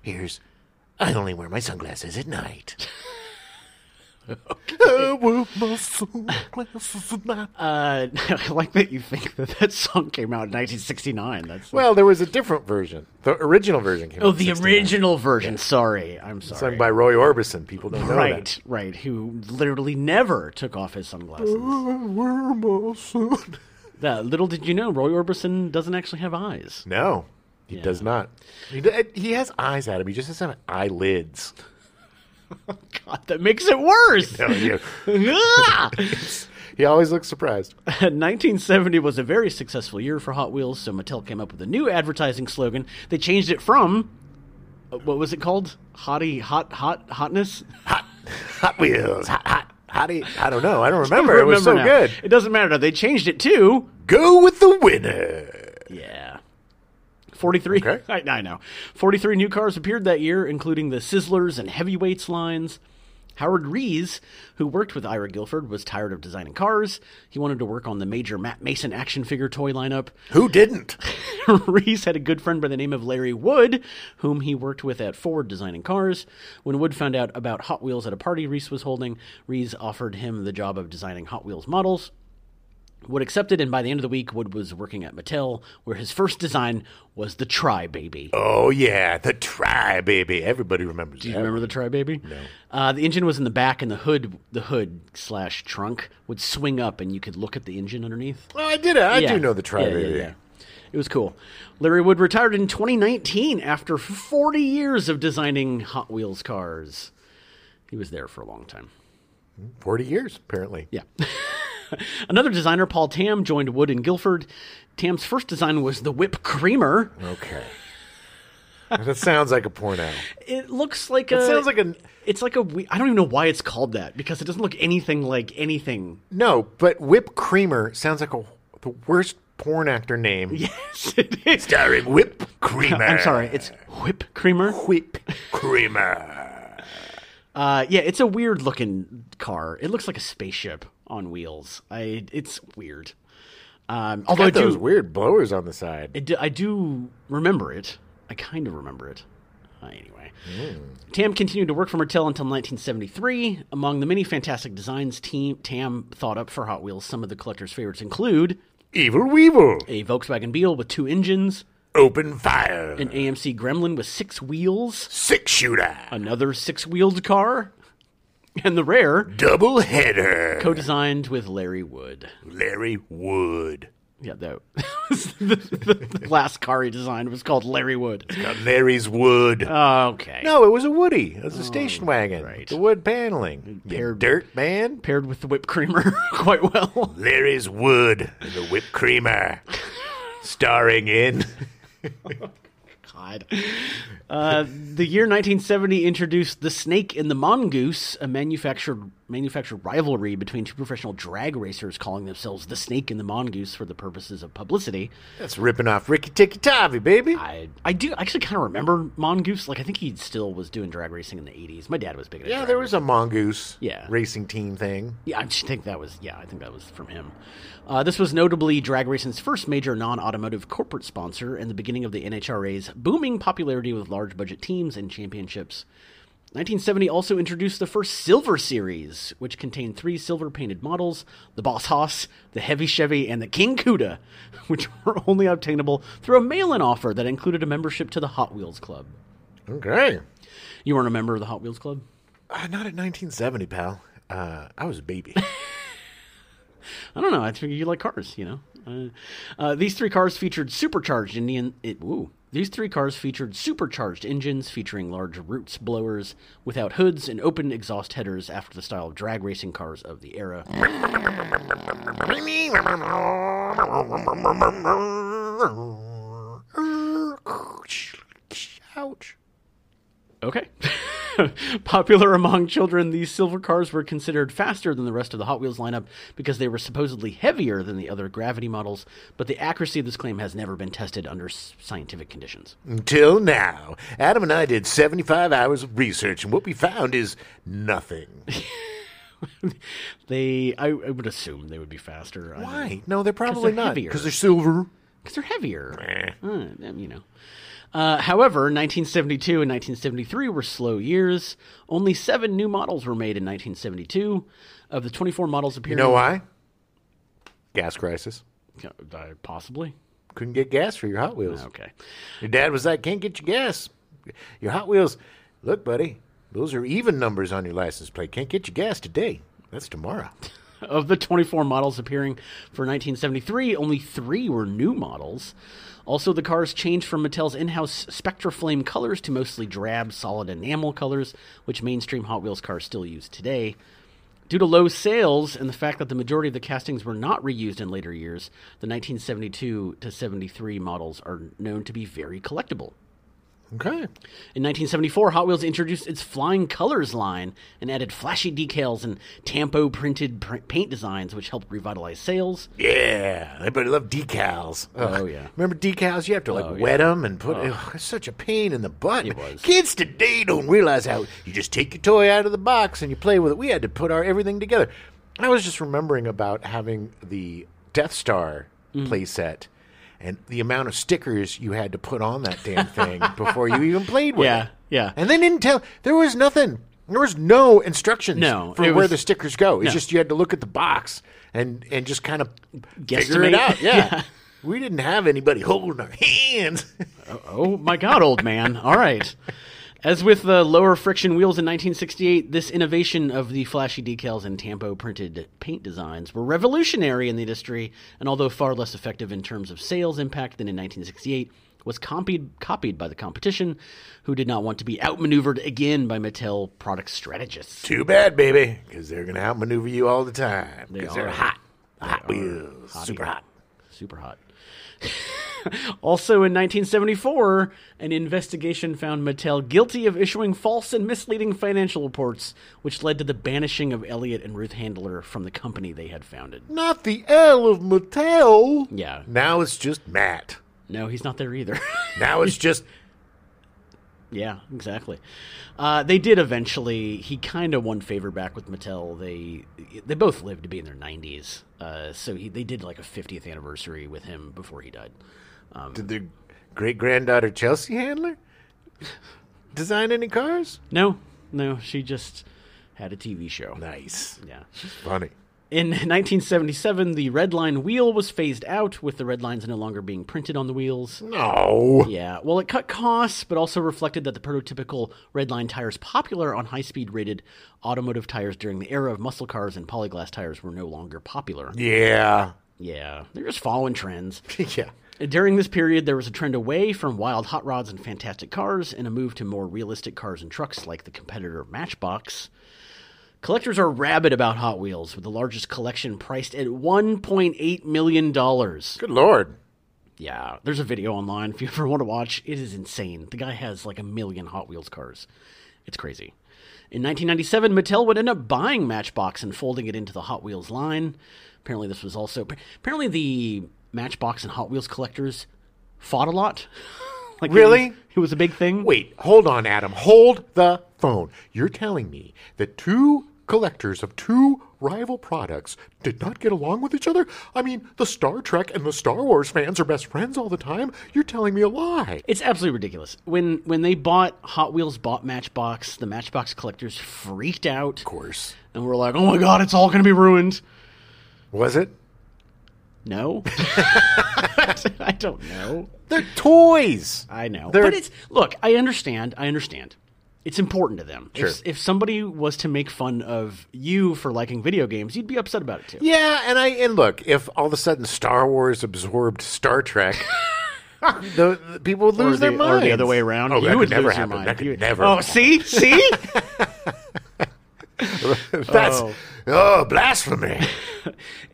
A: here's I only wear my sunglasses at night. I wear my sunglasses at night.
B: Uh, I like that you think that that song came out in 1969. That's
A: Well, there was a different version. The original version came
B: oh,
A: out in
B: the
A: 69,
B: original version. Sorry, I'm sorry.
A: sung by Roy Orbison. People don't know
B: right, right. Who literally never took off his sunglasses?
A: that.
B: that, little did you know, Roy Orbison doesn't actually have eyes.
A: No, he does not. He, d- he has eyes at him. He just doesn't have eyelids.
B: God, that makes it worse.
A: No, he,
B: Ah!
A: he always looks surprised.
B: 1970 was a very successful year for Hot Wheels, so Mattel came up with a new advertising slogan. They changed it from uh, what was it called? Hottie, hot, hot, hotness.
A: Hot, Hot Wheels, hot, hot, hotty. I don't know. I don't remember. it was so
B: now.
A: good.
B: It doesn't matter. They changed it to
A: Go with the winner.
B: yeah. 43
A: Okay.
B: I, I know 43 new cars appeared that year including the sizzlers and heavyweights lines howard rees who worked with ira guilford was tired of designing cars he wanted to work on the major matt mason action figure toy lineup
A: Who didn't?
B: Reese had a good friend by the name of Larry Wood, whom he worked with at Ford designing cars. When Wood found out about Hot Wheels at a party Reese was holding, Reese offered him the job of designing Hot Wheels models. Wood accepted, and by the end of the week, Wood was working at Mattel, where his first design was the Tri Baby.
A: Oh yeah, the try baby. Everybody remembers
B: Do
A: that.
B: you remember the Tri Baby? No. Uh, the engine was in the back, and the hood, the hood slash trunk, would swing up, and you could look at the engine underneath.
A: Oh, I did. I
B: Yeah.
A: do know the try
B: Yeah, yeah,
A: baby.
B: yeah. It was cool. Larry Wood retired in 2019 after 40 years of designing Hot Wheels cars. He was there for a long time.
A: Forty years, apparently.
B: Yeah. Another designer, Paul Tam, joined Wood and Guilford. Tam's first design was the Whip Creamer.
A: Okay. that sounds like a
B: Uh,
A: porno.
B: It looks like
A: It
B: a.
A: sounds like a
B: It's like a. we- I don't even know why it's called that because it doesn't look anything like anything.
A: no, but Whip Creamer sounds like a the worst porn actor name.
B: Yes, it is.
A: Starring Whip Creamer.
B: I'm sorry. It's Whip Creamer.
A: Whip Creamer.
B: Uh, yeah, it's a weird looking car. It looks like a spaceship on wheels. I. It's weird. Um, although I
A: Got those
B: do,
A: weird blowers on the side.
B: I do, I do remember it. I kind of remember it. Uh, anyway,
A: Hmm.
B: Tam continued to work for Mattel until 1973. Among the many fantastic designs team Tam thought up for Hot Wheels, some of the collector's favorites include
A: Evil Weevil.
B: a Volkswagen Beetle with two engines,
A: Open fire.
B: an AMC Gremlin with six wheels,
A: Six shooter.
B: another six-wheeled car, and the rare
A: Double header.
B: co-designed with Larry Wood.
A: Larry Wood.
B: Yeah, that was the, the, the last car he designed was called Larry Wood.
A: Got Larry's Wood.
B: Okay.
A: no, it was a Woody. It was a station wagon.
B: Uh, Oh, right.
A: The wood paneling. You
B: Paired-
A: dirt man.
B: Paired with the whipped creamer quite well.
A: Larry's Wood and the Whipped Creamer. Starring in
B: God. Uh, the year 1970 introduced the Snake and the Mongoose, a manufactured manufactured rivalry between two professional drag racers calling themselves the Snake and the Mongoose for the purposes of publicity.
A: That's ripping off Ricky Tikki Tavi, baby.
B: I I do actually kind of remember Mongoose. Like I think he still was doing drag racing in the 80s. My dad was big. into
A: Yeah,
B: drag
A: there was a mongoose
B: Yeah.
A: racing team thing.
B: Yeah, I just think that was yeah, I think that was from him. Uh, this was notably drag racing's first major non-automotive corporate sponsor and the beginning of the NHRA's booming popularity with large budget teams and championships. 1970 also introduced the first Silver Series, which contained three silver painted models the Boss Hoss, the Heavy Chevy, and the King Cuda, which were only obtainable through a mail in offer that included a membership to the Hot Wheels Club.
A: Okay.
B: You weren't a member of the Hot Wheels Club?
A: Uh, not at 1970, pal. Uh, I was a baby.
B: I don't know. I think you like cars, you know. Uh, uh, these three cars featured supercharged Indian. It, woo. These three cars featured supercharged engines featuring large roots blowers without hoods and open exhaust headers after the style of drag racing cars of the era.
A: Ouch.
B: Okay. Popular among children, these silver cars were considered faster than the rest of the Hot Wheels lineup because they were supposedly heavier than the other gravity models, but the accuracy of this claim has never been tested under s- scientific conditions.
A: Until now, Adam and I did 75 hours of research, and what we found is nothing.
B: They, I, I would assume they would be faster. I don't
A: Why? No, they're probably
B: they're
A: not.
B: heavier.
A: Because they're silver. Eh.
B: because they're heavier. Uh, you know. Uh, however, 1972 and 1973 were slow years. Only seven new models were made in 1972. Of the 24 models
A: You
B: appearing,
A: know why? Gas crisis.
B: Uh, possibly.
A: Couldn't get gas for your Hot Wheels.
B: Okay.
A: Your dad was like, can't get your gas. Your Hot Wheels, look, buddy, those are even numbers on your license plate. Can't get your gas today. That's tomorrow.
B: Of the 24 models appearing for 1973, only three were new models. Also, the cars changed from Mattel's in house Spectra Flame colors to mostly drab, solid enamel colors, which mainstream Hot Wheels cars still use today. Due to low sales and the fact that the majority of the castings were not reused in later years, the 1972 to 73 models are known to be very collectible.
A: Okay.
B: In 1974, Hot Wheels introduced its Flying Colors line and added flashy decals and tampo printed pr- paint designs, which helped revitalize sales.
A: Yeah, everybody love decals.
B: Oh, yeah. Oh,
A: remember decals? You have to like wet 'em wet them and put. Ugh, it's such a pain in the butt.
B: It was.
A: Kids today don't realize how you just take your toy out of the box and you play with it. We had to put our everything together. I was just remembering about having the Death Star
B: Mm.
A: playset and the amount of stickers you had to put on that damn thing before you even played with
B: Yeah,
A: it.
B: yeah.
A: And they didn't tell. There was nothing. There was no instructions
B: No,
A: for
B: it
A: where
B: was-
A: the stickers go. It's
B: no.
A: just you had to look at the box and and just kind of figure
B: Guesstimate.
A: it out. Yeah.
B: Yeah.
A: We didn't have anybody holding our hands.
B: Oh my God, old man! All right. As with the lower friction wheels in 1968, this innovation of the flashy decals and tampo printed paint designs were revolutionary in the industry, and although far less effective in terms of sales impact than in 1968, was copied, copied by the competition, who did not want to be outmaneuvered again by Mattel product strategists.
A: Too bad, baby, because they're going to outmaneuver you all the time.
B: They
A: Because
B: are.
A: they're hot. hot wheels. Super hot.
B: Super hot. also in 1974, an investigation found Mattel guilty of issuing false and misleading financial reports, which led to the banishing of Elliot and Ruth Handler from the company they had founded.
A: Not the L of Mattel.
B: Yeah.
A: Now it's just Matt.
B: No, he's not there either.
A: Now it's just
B: Yeah, exactly. Uh, they did eventually. He kind of won favor back with Mattel. They they both lived to be in their nineties, uh, so he, they did like a fiftieth anniversary with him before he died. Um.
A: did the great granddaughter Chelsea Handler design any cars?
B: No, no, she just had a TV show.
A: Nice.
B: Yeah.
A: Funny.
B: In 1977, the red line wheel was phased out, with the red lines no longer being printed on the wheels.
A: No.
B: Yeah, well, it cut costs, but also reflected that the prototypical red line tires popular on high speed rated automotive tires during the era of muscle cars and polyglass tires were no longer popular.
A: Yeah.
B: Yeah, they're just following trends.
A: Yeah.
B: During this period, there was a trend away from wild hot rods and fantastic cars and a move to more realistic cars and trucks like the competitor Matchbox. Collectors are rabid about Hot Wheels, with the largest collection priced at $1.8 million.
A: Good lord.
B: Yeah, there's a video online if you ever want to watch. It is insane. The guy has like a million Hot Wheels cars. It's crazy. In 1997, Mattel would end up buying Matchbox and folding it into the Hot Wheels line. Apparently, this was also apparently the Matchbox and Hot Wheels collectors fought a lot. like it
A: Really?
B: was- it was a big thing.
A: Wait, hold on, Adam. Hold the phone. You're telling me that two collectors of two rival products did not get along with each other? I mean, the Star Trek and the Star Wars fans are best friends all the time. You're telling me a lie.
B: It's absolutely ridiculous. When when they bought Hot Wheels, bought Matchbox, the Matchbox collectors freaked out
A: Of course.
B: and were like, "Oh my god, it's all going to be ruined."
A: Was it?
B: No, I don't know.
A: They're toys.
B: I know.
A: They're-
B: but it's look, I understand. I understand. It's important to them.
A: Sure.
B: If, if somebody was to make fun of you for liking video games, you'd be upset about it too.
A: Yeah, and I and look, if all of a sudden Star Wars absorbed Star Trek, the, the people would lose
B: Or the,
A: their
B: or
A: minds.
B: the other way around.
A: Oh,
B: you
A: that could
B: would
A: never
B: lose
A: happen.
B: your mind.
A: That could
B: You-
A: never.
B: Oh, see, see.
A: That's
B: Oh.
A: oh, blasphemy.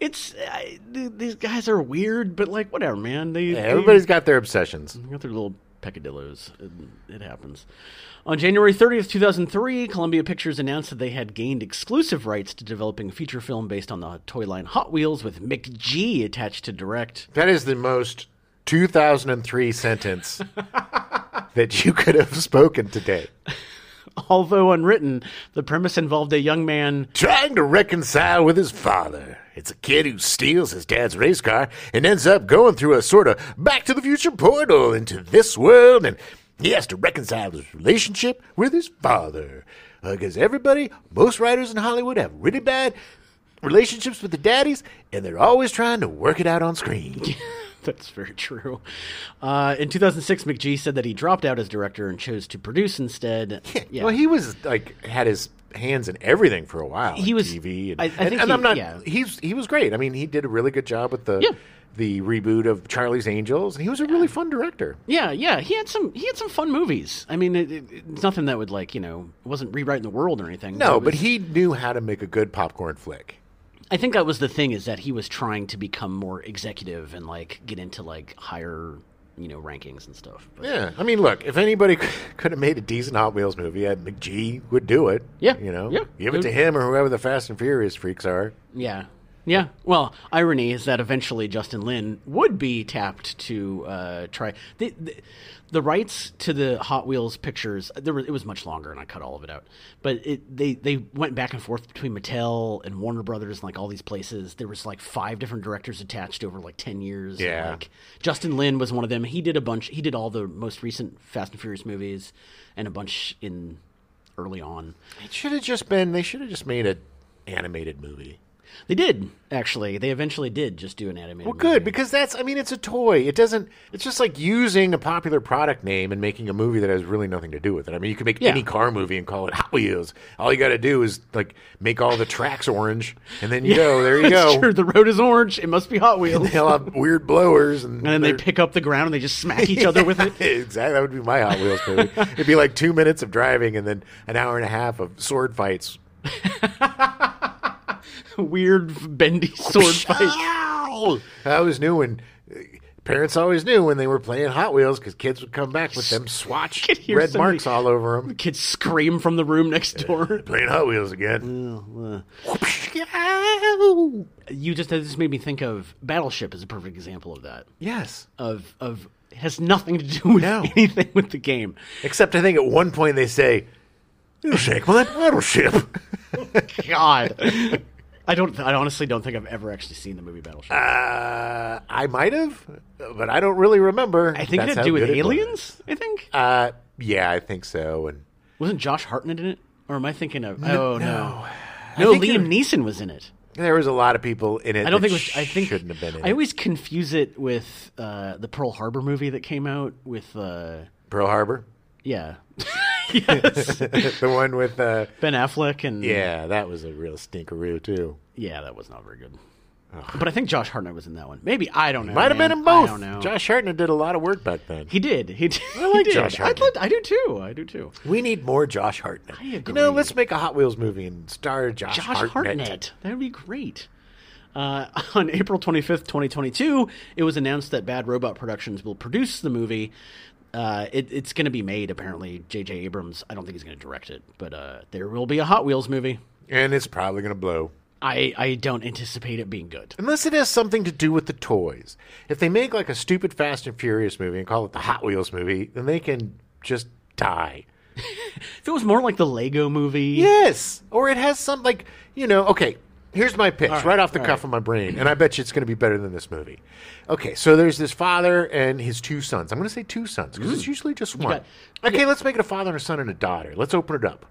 B: it's I, th- these guys are weird, but like whatever, man. They they-
A: Everybody's got their obsessions.
B: They got their little peccadillos. It, it happens. On January 30th, 2003, Columbia Pictures announced that they had gained exclusive rights to developing a feature film based on the toy line Hot Wheels with Mick G attached to direct.
A: That is the most 2003 sentence that you could have spoken today.
B: Although unwritten, the premise involved a young man.
A: Trying to reconcile with his father. It's a kid who steals his dad's race car and ends up going through a sort of back to the future portal into this world, and he has to reconcile his relationship with his father. Because everybody, most writers in Hollywood have really bad relationships with the daddies, and they're always trying to work it out on screen.
B: That's very true. Uh, in 2006, McGee said that he dropped out as director and chose to produce instead. Yeah.
A: Well, he was like had his hands in everything for a while.
B: He
A: like
B: was-
A: TV, and,
B: I- I
A: and-
B: think
A: and
B: he-
A: I'm not.
B: yeah.
A: He's he was great. I mean, he did a really good job with the
B: Yeah.
A: the reboot of Charlie's Angels, and he was a really fun director.
B: Yeah, yeah, he had some he had some fun movies. I mean, it, it, it's nothing that would like you know wasn't rewriting the world or anything.
A: No,
B: it was-
A: but he knew how to make a good popcorn flick.
B: I think that was the thing is that he was trying to become more executive and like get into like higher, you know, rankings and stuff. But
A: Yeah, I mean, look, if anybody could have made a decent Hot Wheels movie, Ed McGee would do it.
B: Yeah,
A: you know,
B: yeah.
A: give it to him or whoever the Fast and Furious freaks are.
B: yeah. Yeah. Well, irony is that eventually Justin Lin would be tapped to uh, try the, the the rights to the Hot Wheels pictures. There were, it was much longer, and I cut all of it out. But it, they they went back and forth between Mattel and Warner Brothers and like all these places. There was like five different directors attached over like ten years. and,
A: Yeah.
B: like, Justin Lin was one of them. He did a bunch. He did all the most recent Fast and Furious movies, and a bunch in early on.
A: It should have just been. They should have just made an animated movie.
B: They did actually. They eventually did just do an animated.
A: Well, good because that's. I mean, it's a toy. It doesn't. It's just like using a popular product name and making a movie that has really nothing to do with it. I mean, you could make
B: Yeah.
A: any car movie and call it Hot Wheels. All you got to do is like make all the tracks orange, and then you go. There you
B: It's
A: go.
B: true. The road is orange. It must be Hot Wheels.
A: They'll have weird blowers, and,
B: And then they
A: they're-
B: pick up the ground and they just smack each other with it.
A: exactly. That would be my Hot Wheels movie. It'd be like two minutes of driving and then an hour and a half of sword fights.
B: Weird bendy sword fight.
A: Ow! I always knew when uh, parents always knew when they were playing Hot Wheels because kids would come back with them swatch
B: could hear
A: red
B: somebody-
A: marks all over them.
B: Kids scream from the room next door.
A: Playing Hot Wheels again.
B: You just this made me think of Battleship is a perfect example of that.
A: Yes.
B: Of of it has nothing to do with
A: No.
B: anything with the game.
A: Except I think at one point they say, "You shake my battleship."
B: God. I don't. I honestly don't think I've ever actually seen the movie Battleship.
A: Uh, I might have, but I don't really remember.
B: I think it
A: That's
B: had to
A: how
B: do with
A: good it was.
B: aliens. I think
A: Uh, yeah, I think so. And
B: wasn't Josh Hartnett in it, or am I thinking of? oh no,
A: I
B: no,
A: think
B: Liam Neeson was in it.
A: there was a lot of people in it.
B: I don't
A: that
B: think. It was, I think
A: shouldn't have been in
B: I
A: it.
B: always confuse it with uh, the Pearl Harbor movie that came out with. Uh,
A: Pearl Harbor,
B: yeah. yes.
A: the one with uh,
B: Ben Affleck and
A: yeah, that was a real stinkeroo too.
B: Yeah, that was not very good. But I think Josh Hartnett was in that one. Maybe I don't know.
A: Might have
B: man.
A: been in both.
B: I don't know.
A: Josh Hartnett did a lot of work back then.
B: he did. He did. I
A: like
B: he did.
A: Josh
B: I,
A: Hartnett.
B: thought- I do too. I do too.
A: We need more Josh Hartnett.
B: I agree.
A: You know, let's make a Hot Wheels movie and star Josh,
B: Josh Hartnett. That would be great. Uh, on April 25th, 2022, it was announced that Bad Robot Productions will produce the movie. Uh, it, it's going to be made, apparently. J.J. Abrams, I don't think he's going to direct it, but uh, there will be a Hot Wheels movie.
A: And it's probably going to blow.
B: I, I don't anticipate it being good.
A: Unless it has something to do with the toys. If they make like a stupid Fast and Furious movie and call it the Hot Wheels movie, then they can just die.
B: If it was more like the Lego movie,
A: Yes. Or it has some like you know, okay, here's my pitch right, off the cuff of my brain, and I bet you it's gonna be better than this movie. Okay, so there's this father and his two sons. I'm gonna say two sons, because it's usually just one. okay, let's make Mm. it a father and a son and a daughter. Let's open it up.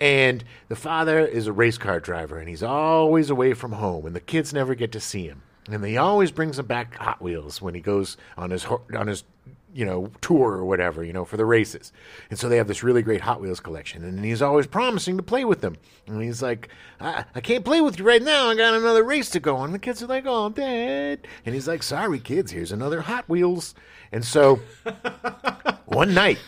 A: And the father is a race car driver and he's always away from home and the kids never get to see him. And he always brings them back Hot Wheels when he goes on his ho- on his you know, tour or whatever, you know, for the races. And so they have this really great Hot Wheels collection. And he's always promising to play with them. And he's like, I, I can't play with you right now. I got another race to go on. The kids are like, oh, Dad. And he's like, sorry, kids, here's another Hot Wheels. And so one night,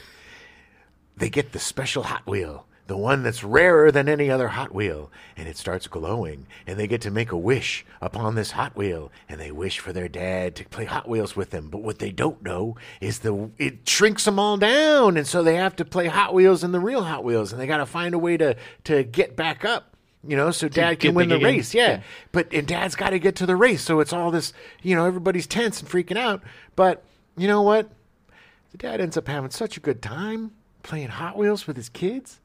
A: they get the special Hot Wheel, the one that's rarer than any other Hot Wheel, and it starts glowing, and they get to make a wish upon this Hot Wheel, and they wish for their dad to play Hot Wheels with them. But what they don't know is the it shrinks them all down, and so they have to play Hot Wheels in the real Hot Wheels, and they got to find a way to to get back up. You know, so dad
B: get
A: can win
B: big
A: the
B: again.
A: race. Yeah. But and dad's got to get to the race. So it's all this, you know, everybody's tense and freaking out. But you know what? The dad ends up having such a good time playing Hot Wheels with his kids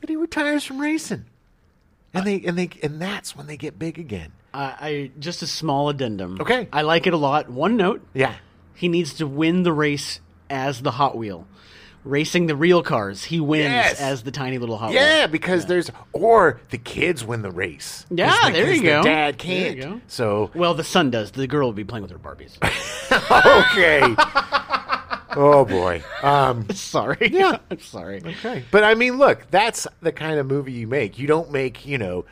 A: that he retires from racing. And they and they and that's when they get big again.
B: I, I just a small addendum.
A: Okay.
B: I like it a lot. One note.
A: Yeah.
B: He needs to win the race as the Hot Wheel. Racing the real cars, he wins
A: Yes.
B: as the tiny little Hot Wheel.
A: Yeah, because there's or the kids win the race. 'Cause
B: Yeah,
A: the-
B: there you
A: 'cause the
B: go.
A: Dad
B: There you
A: can't.
B: go.
A: So
B: Well, the son does. The girl will be playing with her Barbies.
A: okay. oh boy. Um,
B: sorry. Yeah. I'm sorry.
A: Okay. But I mean, look, that's the kind of movie you make. You don't make, you know,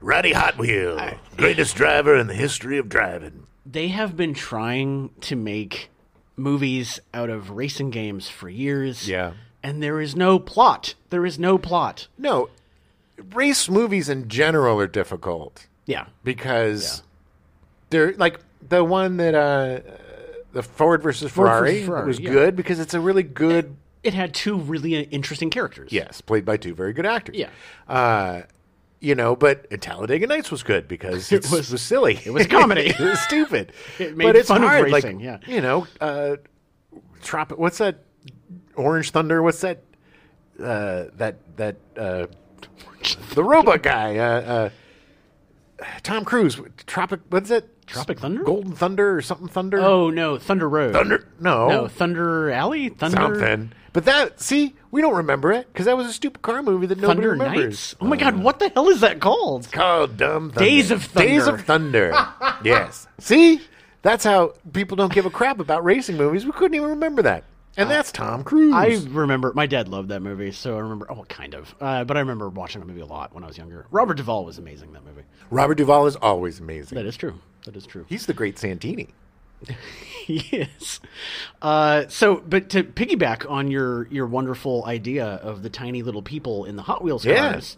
A: Roddy Hot Wheel, greatest driver in the history of driving.
B: They have been trying to make movies out of racing games for years.
A: Yeah.
B: And there is no plot. There is no plot.
A: No, race movies in general are difficult
B: Yeah.
A: because they're like the one that uh, the Ford versus
B: versus
A: Ferrari,
B: Ferrari,
A: was
B: yeah.
A: good because it's a really good.
B: It had two really interesting characters.
A: Yes, played by two very good actors.
B: Yeah.
A: Uh, you know, but Talladega Nights was good because it
B: was-
A: was, silly. It
B: was comedy.
A: it was stupid.
B: It made
A: but it's
B: fun of
A: hard,
B: racing,
A: Like,
B: yeah.
A: You know, uh, Trop- What's that? Orange Thunder. What's that? Uh, that that uh, the robot guy. Uh, uh, Tom Cruise, Tropic, what's it?
B: Tropic Thunder?
A: Golden Thunder or something Thunder?
B: Oh no, Thunder Road.
A: Thunder? No.
B: No, Thunder Alley. Thunder.
A: something. But that, see, we don't remember it because that was a stupid car movie that nobody
B: Thunder
A: remembers. Uh,
B: Nights. Oh my God, what the hell is that called?
A: Called Dumb Thunder.
B: Days of Thunder.
A: Days of Thunder. yes. See? That's how people don't give a crap about racing movies. We couldn't even remember that. And that's Tom Cruise.
B: Uh, I remember my dad loved that movie, so I remember. Oh, kind of, uh, but I remember watching that movie a lot when I was younger. Robert Duvall was amazing in that movie.
A: Robert Duvall is always amazing.
B: That is true. That is true.
A: He's the great Santini.
B: he is. Uh, so, but to piggyback on your your wonderful idea of the tiny little people in the Hot Wheels
A: Yeah.
B: cars,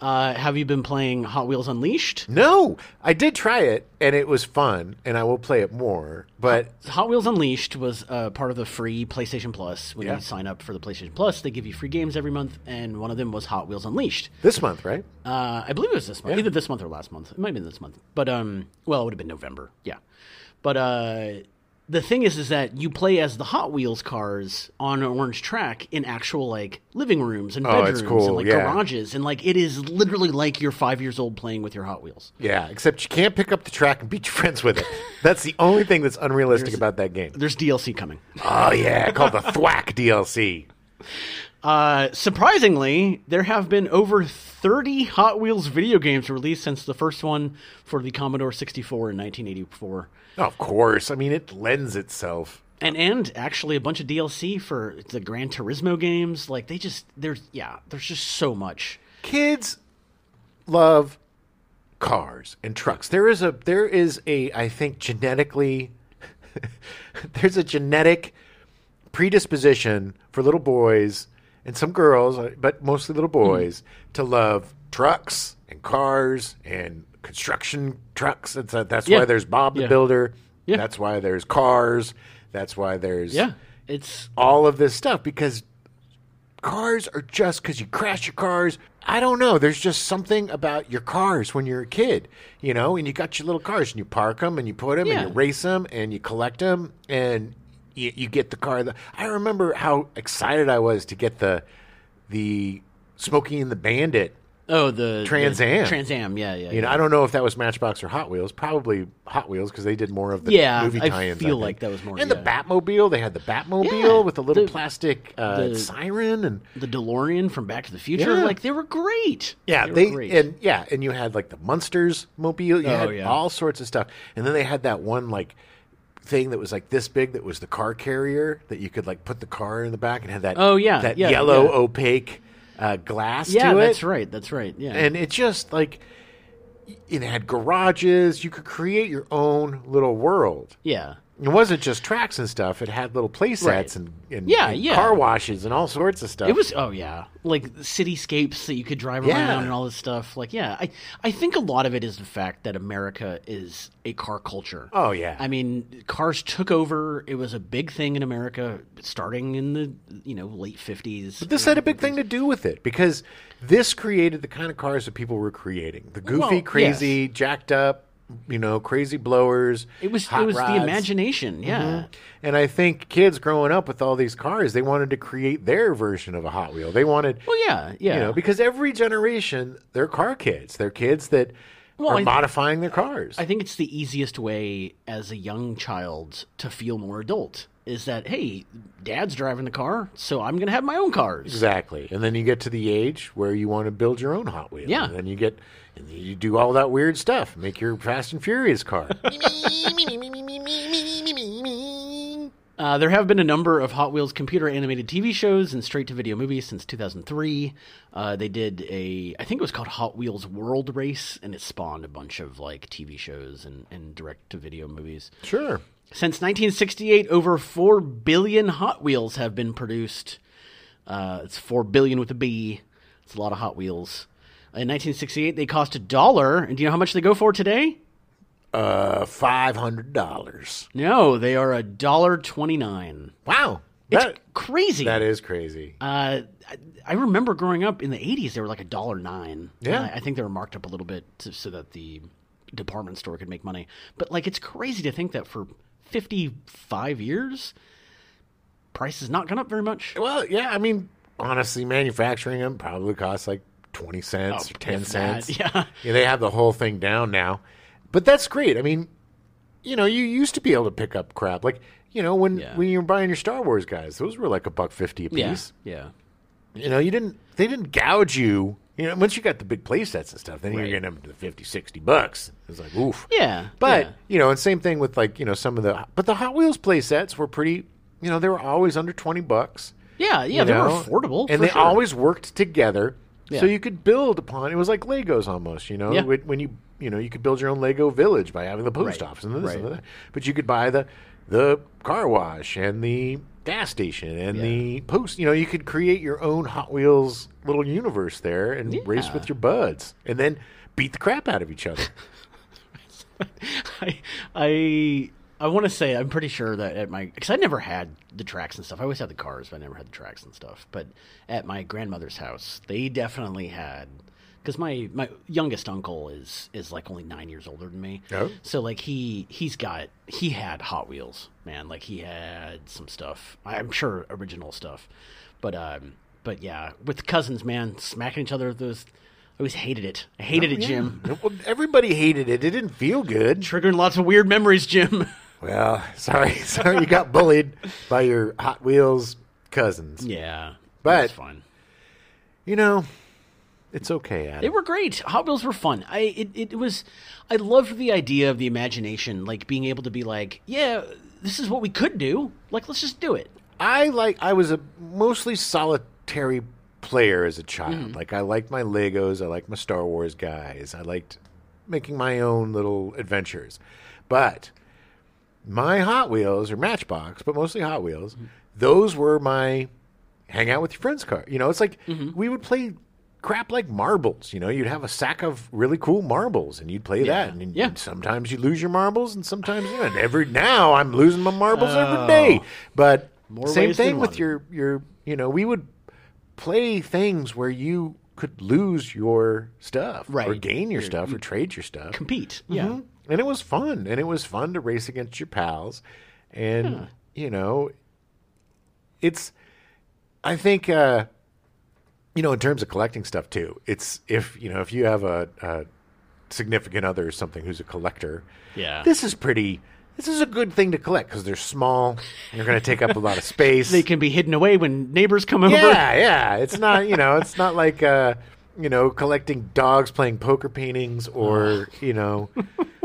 B: uh, have you been playing Hot Wheels Unleashed?
A: No, I did try it and it was fun and I will play it more, but
B: Hot Wheels Unleashed was uh, part of the free PlayStation Plus. When
A: Yeah.
B: you sign up for the PlayStation Plus, they give you free games every month, and one of them was Hot Wheels Unleashed.
A: this month, right?
B: Uh, I believe it was this month, either this month or last month. It might have been this month, but um, well, it would have been November. Yeah, but uh, the thing is, is that you play as the Hot Wheels cars on an orange track in actual like living rooms and
A: Oh, it's
B: bedrooms
A: cool,
B: and like
A: yeah.
B: garages, and like it is literally like you're five years old playing with your Hot Wheels.
A: Yeah, except you can't pick up the track and beat your friends with it. That's the only thing that's unrealistic about that game.
B: There's DLC coming.
A: Oh yeah, called the Thwack DLC.
B: Uh, surprisingly, there have been over 30 Hot Wheels video games released since the first one for the Commodore 64 in 1984.
A: Of course, I mean it lends itself.
B: and and actually a bunch of DLC for the Gran Turismo games. Like they just there's yeah, there's just so much.
A: Kids love cars and trucks. There is a there is a I think genetically there's a genetic predisposition for little boys and some girls, uh, but mostly little
B: Mm-hmm.
A: boys, to love trucks and cars and construction trucks. That's, that's
B: Yeah.
A: why there's Bob the
B: Yeah.
A: Builder.
B: Yeah.
A: That's why there's cars. That's why there's
B: Yeah, it's
A: all of this stuff because cars are just because you crash your cars. I don't know. There's just something about your cars when you're a kid, you know, and you got your little cars and you park them and you put them
B: Yeah.
A: and you race them and you collect them and you, you get the car. that- I remember how excited I was to get the the Smokey and the Bandit.
B: oh the
A: Trans
B: the-
A: Am.
B: Trans Am, yeah, yeah.
A: You know, I don't know if that was Matchbox or Hot Wheels. Probably Hot Wheels because they did more of the
B: Yeah,
A: movie
B: I
A: tie-ins.
B: feel
A: think.
B: like that was more-
A: And the
B: yeah.
A: Batmobile, they had the Batmobile
B: Yeah,
A: with a little
B: the-
A: plastic uh,
B: the-
A: siren and
B: the DeLorean from Back to the Future.
A: Yeah.
B: Like they were great.
A: Yeah,
B: were
A: they,
B: great.
A: and yeah, and you had like the Munsters mobile. You
B: Oh,
A: had
B: yeah.
A: all sorts of stuff, and then they had that one like thing that was like this big that was the car carrier that you could like put the car in the back and had that
B: Oh, yeah,
A: that
B: yeah,
A: yellow
B: yeah.
A: opaque uh, glass
B: yeah,
A: to it.
B: that's right, that's right. Yeah,
A: And it just like y- it had garages. You could create your own little world.
B: yeah.
A: It wasn't just tracks and stuff. It had little play sets and, and,
B: Yeah,
A: and
B: yeah.
A: car washes and all sorts of stuff.
B: It was oh yeah, like cityscapes that you could drive
A: Yeah.
B: around and all this stuff. Like yeah, I I think a lot of it is the fact that America is a car culture.
A: Oh, yeah.
B: I mean, cars took over. It was a big thing in America starting in the you know late fifties.
A: This had a big thing to do with it because this created the kind of cars that people were creating the goofy,
B: Well, yes.
A: crazy, jacked up, you know, crazy blowers.
B: It was
A: hot
B: it was the
A: rods. Mm-hmm.
B: imagination. Yeah.
A: And I think kids growing up with all these cars, they wanted to create their version of a Hot Wheel. They wanted,
B: Well, yeah, yeah.
A: you know, because every generation, they're car kids. They're kids that are
B: I-
A: modifying their cars.
B: I think it's the easiest way as a young child to feel more adult is that hey, dad's driving the car, so I'm gonna have my own cars.
A: Exactly. And then you get to the age where you want to build your own Hot Wheel.
B: Yeah.
A: And then you get, and you do all that weird stuff. Make your Fast and Furious car.
B: Uh, there have been a number of Hot Wheels computer animated TV shows and straight to video movies since 2003. Uh, they did a, I think it was called Hot Wheels World Race, and it spawned a bunch of like TV shows and, and direct to video movies.
A: sure.
B: Since 1968, over 4 billion Hot Wheels have been produced. Uh, it's 4 billion with a B. It's a lot of Hot Wheels. In 1968, they cost a dollar, and do you know how much they go for today?
A: Uh, five hundred dollars.
B: No, they are a dollar twenty-nine.
A: Wow.
B: It's
A: That,
B: crazy.
A: that is crazy.
B: Uh, I, I remember growing up in the '80s, they were like a dollar nine.
A: Yeah.
B: And I, I think they were marked up a little bit to, so that the department store could make money. But like, it's crazy to think that for 55 years, price has not gone up very much.
A: well, yeah. I mean, honestly, manufacturing them probably costs like 20 cents or
B: Oh, if
A: 10
B: that,
A: cents.
B: yeah.
A: They have the whole thing down now. But that's great. I mean, you know, you used to be able to pick up crap. Like, you know, when,
B: Yeah.
A: when you were buying your Star Wars guys, those were like a buck 50 a
B: Yeah.
A: piece.
B: Yeah.
A: You know, you didn't, they didn't gouge you. You know, once you got the big play sets and stuff, then you're
B: Right.
A: getting them to the 50, 60 bucks. It's like, oof.
B: Yeah.
A: But
B: yeah.
A: you know, and same thing with like you know some of the but the Hot Wheels play sets were pretty. You know, they were always under twenty bucks.
B: Yeah, yeah,
A: you
B: they were
A: know,
B: affordable.
A: and
B: for
A: they
B: sure.
A: always worked together, so
B: Yeah.
A: you could build upon. It was like Legos almost. You know,
B: Yeah.
A: when, when you you know you could build your own Lego village by having the post
B: Right,
A: office and this and
B: right.
A: that. But you could buy the the car wash and the gas station and
B: Yeah.
A: the post. You know, you could create your own Hot Wheels little universe there and race with your buds, and then beat the crap out of each other.
B: I I I want to say I'm pretty sure that at my because I never had the tracks and stuff. I always had the cars, but I never had the tracks and stuff. But at my grandmother's house, they definitely had because my my youngest uncle is is like only nine years older than me.
A: Oh.
B: So like he he's got he had Hot Wheels, man. Like he had some stuff. I'm sure original stuff, but um but yeah, with the cousins, man, smacking each other with those. I always hated it. I hated it, Jim.
A: Well, everybody hated it. It didn't feel good.
B: Triggering lots of weird memories, Jim.
A: Well, sorry, sorry, you got bullied by your Hot Wheels cousins.
B: Yeah,
A: But-
B: it's fun.
A: You know, it's okay, Adam.
B: They were great. Hot Wheels were fun. I it, it was, I loved the idea of the imagination, like being able to be like, yeah, this is what we could do. Like, let's just do it.
A: I like. I was a mostly solitary player as a child.
B: Mm-hmm.
A: Like I liked my Legos. I liked my Star Wars guys. I liked making my own little adventures. But my Hot Wheels or Matchbox, but mostly Hot Wheels,
B: Mm-hmm.
A: those were my hang out with your friends car. You know, it's like
B: Mm-hmm.
A: we would play crap like marbles. You know, you'd have a sack of really cool marbles and you'd play that. And,
B: Yeah.
A: sometimes you lose your marbles and sometimes you And every now I'm losing my marbles
B: Oh.
A: every day. But
B: More
A: same
B: ways than
A: thing with
B: one.
A: your your you know, we would play things where you could lose your stuff or
B: Right.
A: gain your stuff or trade your stuff.
B: Compete. Mm-hmm. Yeah.
A: Mhm. And it was fun. And it was fun to race against your pals. And, you know, it's, I think, uh, you know, in terms of collecting stuff too, it's if, you know, if you have a, a significant other or something who's a collector,
B: Yeah.
A: this is pretty, this is a good thing to collect because they're small. They're going to take up a lot of space.
B: They can be hidden away when neighbors come over.
A: Yeah, yeah. It's not you know, it's not like uh, you know, collecting dogs playing poker paintings or you know,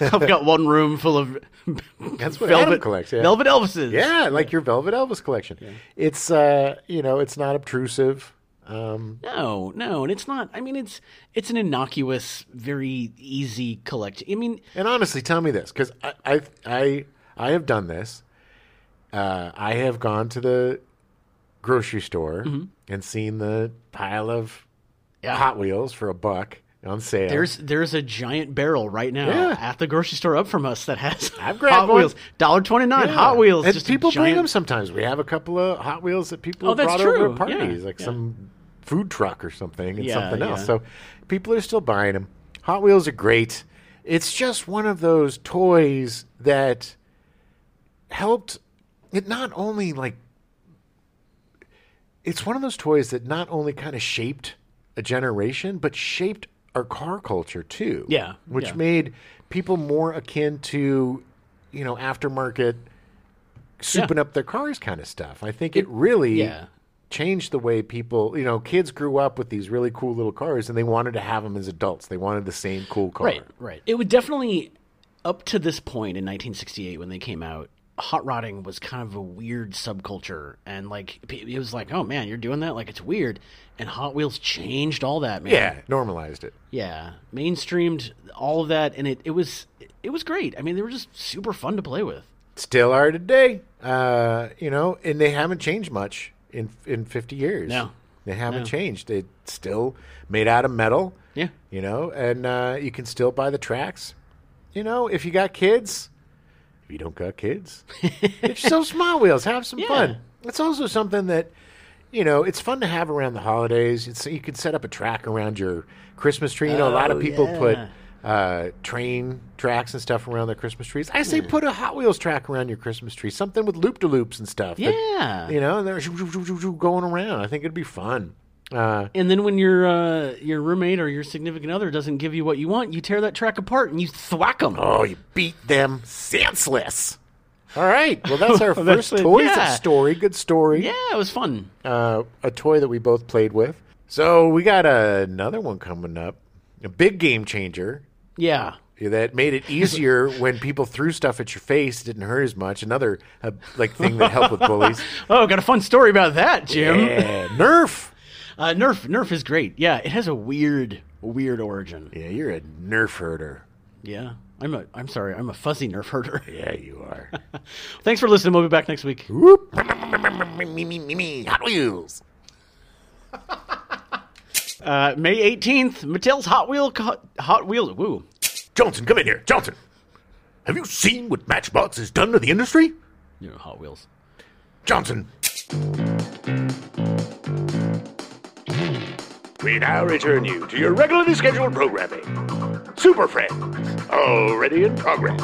B: I've got one room full of
A: That's what Adam
B: velvet
A: collects, yeah.
B: velvet Elvises.
A: yeah, like your Velvet Elvis collection. It's uh, you know, it's not obtrusive. Um,
B: No, no, and it's not. I mean, it's it's an innocuous, very easy collect. I mean,
A: and honestly, tell me this because I, I, I, I have done this. Uh, I have gone to the grocery store and seen the pile of
B: Yeah.
A: Hot Wheels for a buck on sale.
B: There's there's a giant barrel right now
A: Yeah.
B: at the grocery store up from us that has
A: I've grabbed
B: Hot
A: one.
B: Wheels, dollar twenty nine
A: Yeah.
B: Hot Wheels.
A: And
B: just a
A: people bring
B: giant-
A: them sometimes. We have a couple of Hot Wheels that people
B: Oh,
A: have
B: that's
A: brought over
B: true.
A: at parties,
B: Yeah,
A: like
B: yeah.
A: some food truck or something, and
B: Yeah,
A: something else.
B: yeah.
A: So people are still buying them. Hot Wheels are great. It's just one of those toys that helped. It not only like it's one of those toys that not only kind of shaped a generation, but shaped our car culture too.
B: Yeah,
A: Which
B: yeah.
A: made people more akin to, you know, aftermarket souping up their cars kind of stuff. I think it, really
B: yeah.
A: changed the way people, you know, kids grew up with these really cool little cars and they wanted to have them as adults. They wanted the same cool car.
B: Right, right. It would definitely up to this point in 1968 when they came out. Hot rodding was kind of a weird subculture, and like p- it was like, oh man, you're doing that, like it's weird. And Hot Wheels changed all that, man.
A: Yeah. Normalized it.
B: yeah, mainstreamed all of that, and it it was it was great. I mean, they were just super fun to play with.
A: Still are today. Uh, you know, and they haven't changed much in in 50 years.
B: No.
A: They haven't
B: No.
A: changed. It's still made out of metal.
B: Yeah.
A: you know, and uh, you can still buy the tracks. You know, if you got kids, if you don't got kids, get yourself some Hot Wheels. Have some
B: Yeah.
A: fun. It's also something that, you know, it's fun to have around the holidays. It's you could set up a track around your Christmas tree. You know, a lot of
B: Oh,
A: people put
B: yeah.
A: uh, train tracks and stuff around their Christmas trees. I
B: Hmm.
A: say put a Hot Wheels track around your Christmas tree, something with loop de loops and stuff. that-
B: Yeah.
A: you know, and they're shoo, shoo, shoo, shoo, shoo, going around. I think it'd be fun. Uh,
B: And then when your uh, your roommate or your significant other doesn't give you what you want, you tear that track apart and you thwack them.
A: oh, you beat them senseless. All right. Well, that's our
B: That's
A: first
B: it,
A: toys
B: yeah.
A: story. Good story.
B: Yeah, it was fun.
A: uh, a toy that we both played with. So we got another one coming up, a big game changer
B: Yeah.
A: that made it easier when people threw stuff at your face, didn't hurt as much. Another uh, like thing that helped with bullies.
B: Oh, got a fun story about that, Jim.
A: Yeah, Nerf.
B: Uh, Nerf, Nerf is great. Yeah, it has a weird, weird origin.
A: Yeah, you're a Nerf herder.
B: Yeah, I'm a, I'm sorry, I'm a fuzzy Nerf herder.
A: Yeah, you are.
B: Thanks for listening. We'll be back next week.
A: Whoop. Me, me, me, me, Hot Wheels.
B: Uh, May 18th, Mattel's Hot Wheel co- Hot Wheel. Woo.
A: Johnson, come in here. Johnson, have you seen what Matchbox has done to the industry?
B: You know, Hot Wheels.
A: Johnson. We now return you to your regularly scheduled programming. Super Friend, already in progress.